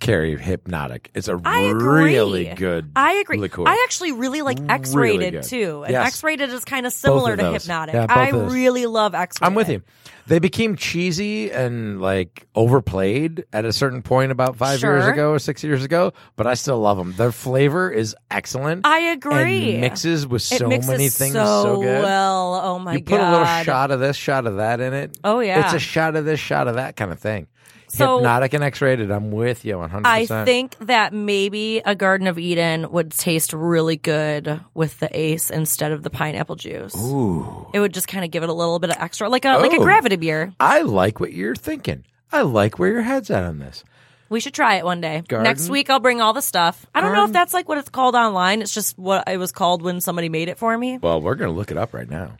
C: carry hypnotic. It's a
D: I agree.
C: really good
D: I agree.
C: liqueur.
D: I actually really like
C: Really
D: X rated
C: good.
D: too. And
C: Yes.
D: X rated is kind of similar to
C: those.
D: hypnotic.
C: Yeah, both
D: I
C: of those.
D: really love X rated.
C: I'm with you. They became cheesy and like overplayed at a certain point about five years
D: Sure.
C: ago or six years ago, but I still love them. Their flavor is excellent.
D: I agree.
C: And mixes with
D: it
C: so
D: mixes
C: many things
D: so,
C: so, good.
D: well. Oh my
C: you put
D: god.
C: a little shot of this, shot of that in it.
D: Oh, yeah.
C: it's a shot of this, shot of that kind of thing.
D: So-
C: Hypnotic and X-rated. I'm with you 100.
D: I think that maybe a Garden of Eden would taste really good with the ace instead of the pineapple juice.
C: Ooh,
D: It would just kind of give it a little bit of extra, like a like a
C: Oh.
D: gravity beer.
C: I like what you're thinking. I like where your head's at on this.
D: We should try it one day.
C: Garden?
D: Next week, I'll bring all the stuff. I don't know if that's like what it's called online. It's just what it was called when somebody made it for me.
C: Well, we're gonna look it up right now.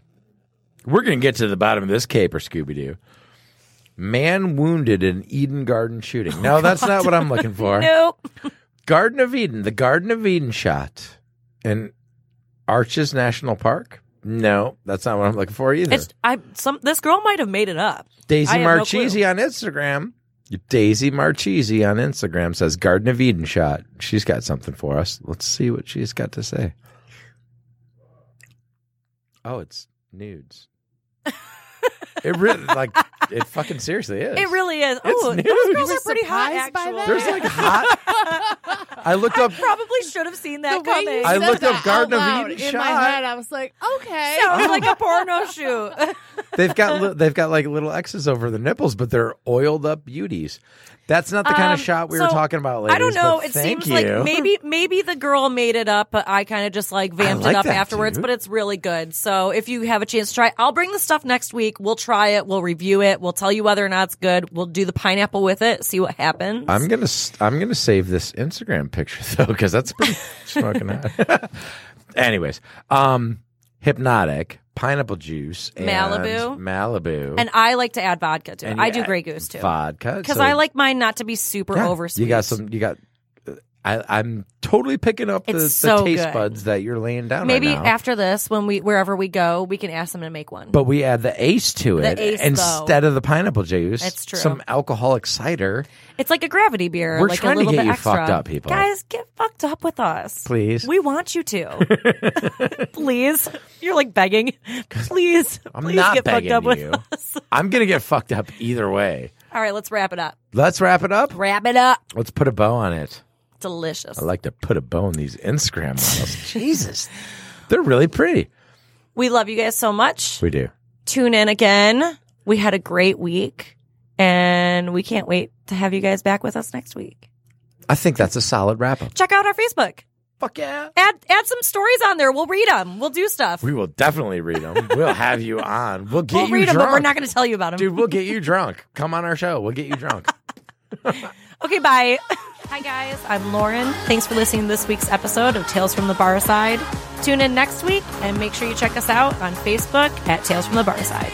C: We're gonna get to the bottom of this caper, Scooby Doo. Man wounded in Eden Garden shooting.
D: [laughs] Oh,
C: No, that's not what I'm looking for.
D: Nope.
C: Garden of Eden, the Garden of Eden shot in Arches National Park. No, that's not what I'm looking for either.
D: It's I some this girl might have made it up. I
C: Daisy
D: have no
C: Marchese
D: clue.
C: on Instagram. Daisy Marchese on Instagram says Garden of Eden shot. She's got something for us. Let's see what she's got to say. Oh, it's
D: [laughs]
C: nudes. it really like it fucking seriously is.
D: It really is.
C: It's
D: Oh, those
C: nude.
D: girls
C: You
D: are
E: were
D: pretty hot.
E: surprised by
D: Actually, [laughs]
E: that?
C: There's like hot. I looked up.
D: probably should have seen that
E: the way
D: coming.
E: you
C: I
E: said
C: looked up
E: that
C: Garden of
E: out loud
C: Eden
E: in my
C: shot.
E: head. I was like, okay.
C: [laughs]
D: Sounds like a porno shoot.
C: They've got li- they've got like little X's over the nipples, but they're oiled up beauties. That's not the kind of
D: Um,
C: shot we were
D: so,
C: talking about. Ladies,
D: I don't know.
C: but
D: It
C: thank
D: seems like
C: you.
D: maybe maybe the girl made it up, but I kind of just like vamped
C: like
D: it up
C: that,
D: afterwards.
C: dude.
D: But it's really good. So if you have a chance to try, I'll bring the stuff next week. We'll try it. We'll review it. We'll tell you whether or not it's good. We'll do the pineapple with it. See what happens.
C: I'm gonna s- I'm gonna save this Instagram picture [laughs] though because that's
D: [laughs]
C: pretty smoking hot. [laughs] Anyways, um, hypnotic pineapple juice, and
D: Malibu.
C: Malibu,
D: and I like to add vodka to it.
C: And
D: I
C: you
D: do
C: add
D: Grey Goose too.
C: vodka
D: Because
C: so-
D: I like mine not to be super
C: Yeah,
D: over.
C: You got some. You got. uh, I, I'm totally picking up the,
D: It's
C: the
D: so
C: taste
D: good.
C: buds that you're laying down.
D: Maybe
C: right now.
D: after this, when we wherever we go, we can ask them to make one.
C: But we add the ace to
D: The
C: it
D: ace,
C: instead of the pineapple juice.
D: That's true.
C: Some alcoholic cider,
D: it's like a gravity beer.
C: We're
D: like
C: trying
D: a
C: to
D: little
C: get
D: bit
C: you
D: extra.
C: fucked up, people.
D: Guys, get fucked up with us.
C: please.
D: We want you to.
C: [laughs]
D: please. You're like begging. Please.
C: I'm
D: please
C: not
D: get fucked
C: begging
D: up with
C: you.
D: us.
C: I'm gonna get fucked up either way.
D: All right, let's wrap it up.
C: Let's wrap it up.
D: Wrap it up.
C: Let's put a bow on it.
D: Delicious.
C: I like to put a bow in these Instagram models. [laughs] Jesus, they're really pretty.
D: we love you guys so much.
C: We do.
D: Tune in again. We had a great week and we can't wait to have you guys back with us next week.
C: I think that's a solid wrap up.
D: Check out our Facebook.
C: Fuck yeah.
D: Add add some stories on there. We'll read them. We'll do stuff.
C: We will definitely read them. We'll have you on. We'll get
D: we'll
C: you
D: read them,
C: drunk.
D: but we're not going to tell you about them.
C: Dude, we'll get you drunk. Come on our show. We'll get you drunk.
D: Okay, bye. [laughs] Hi, guys. I'm Lauren. Thanks for listening to this week's episode of Tales from the Bar Side. Tune in next week and make sure you check us out on Facebook at Tales from the Bar Side.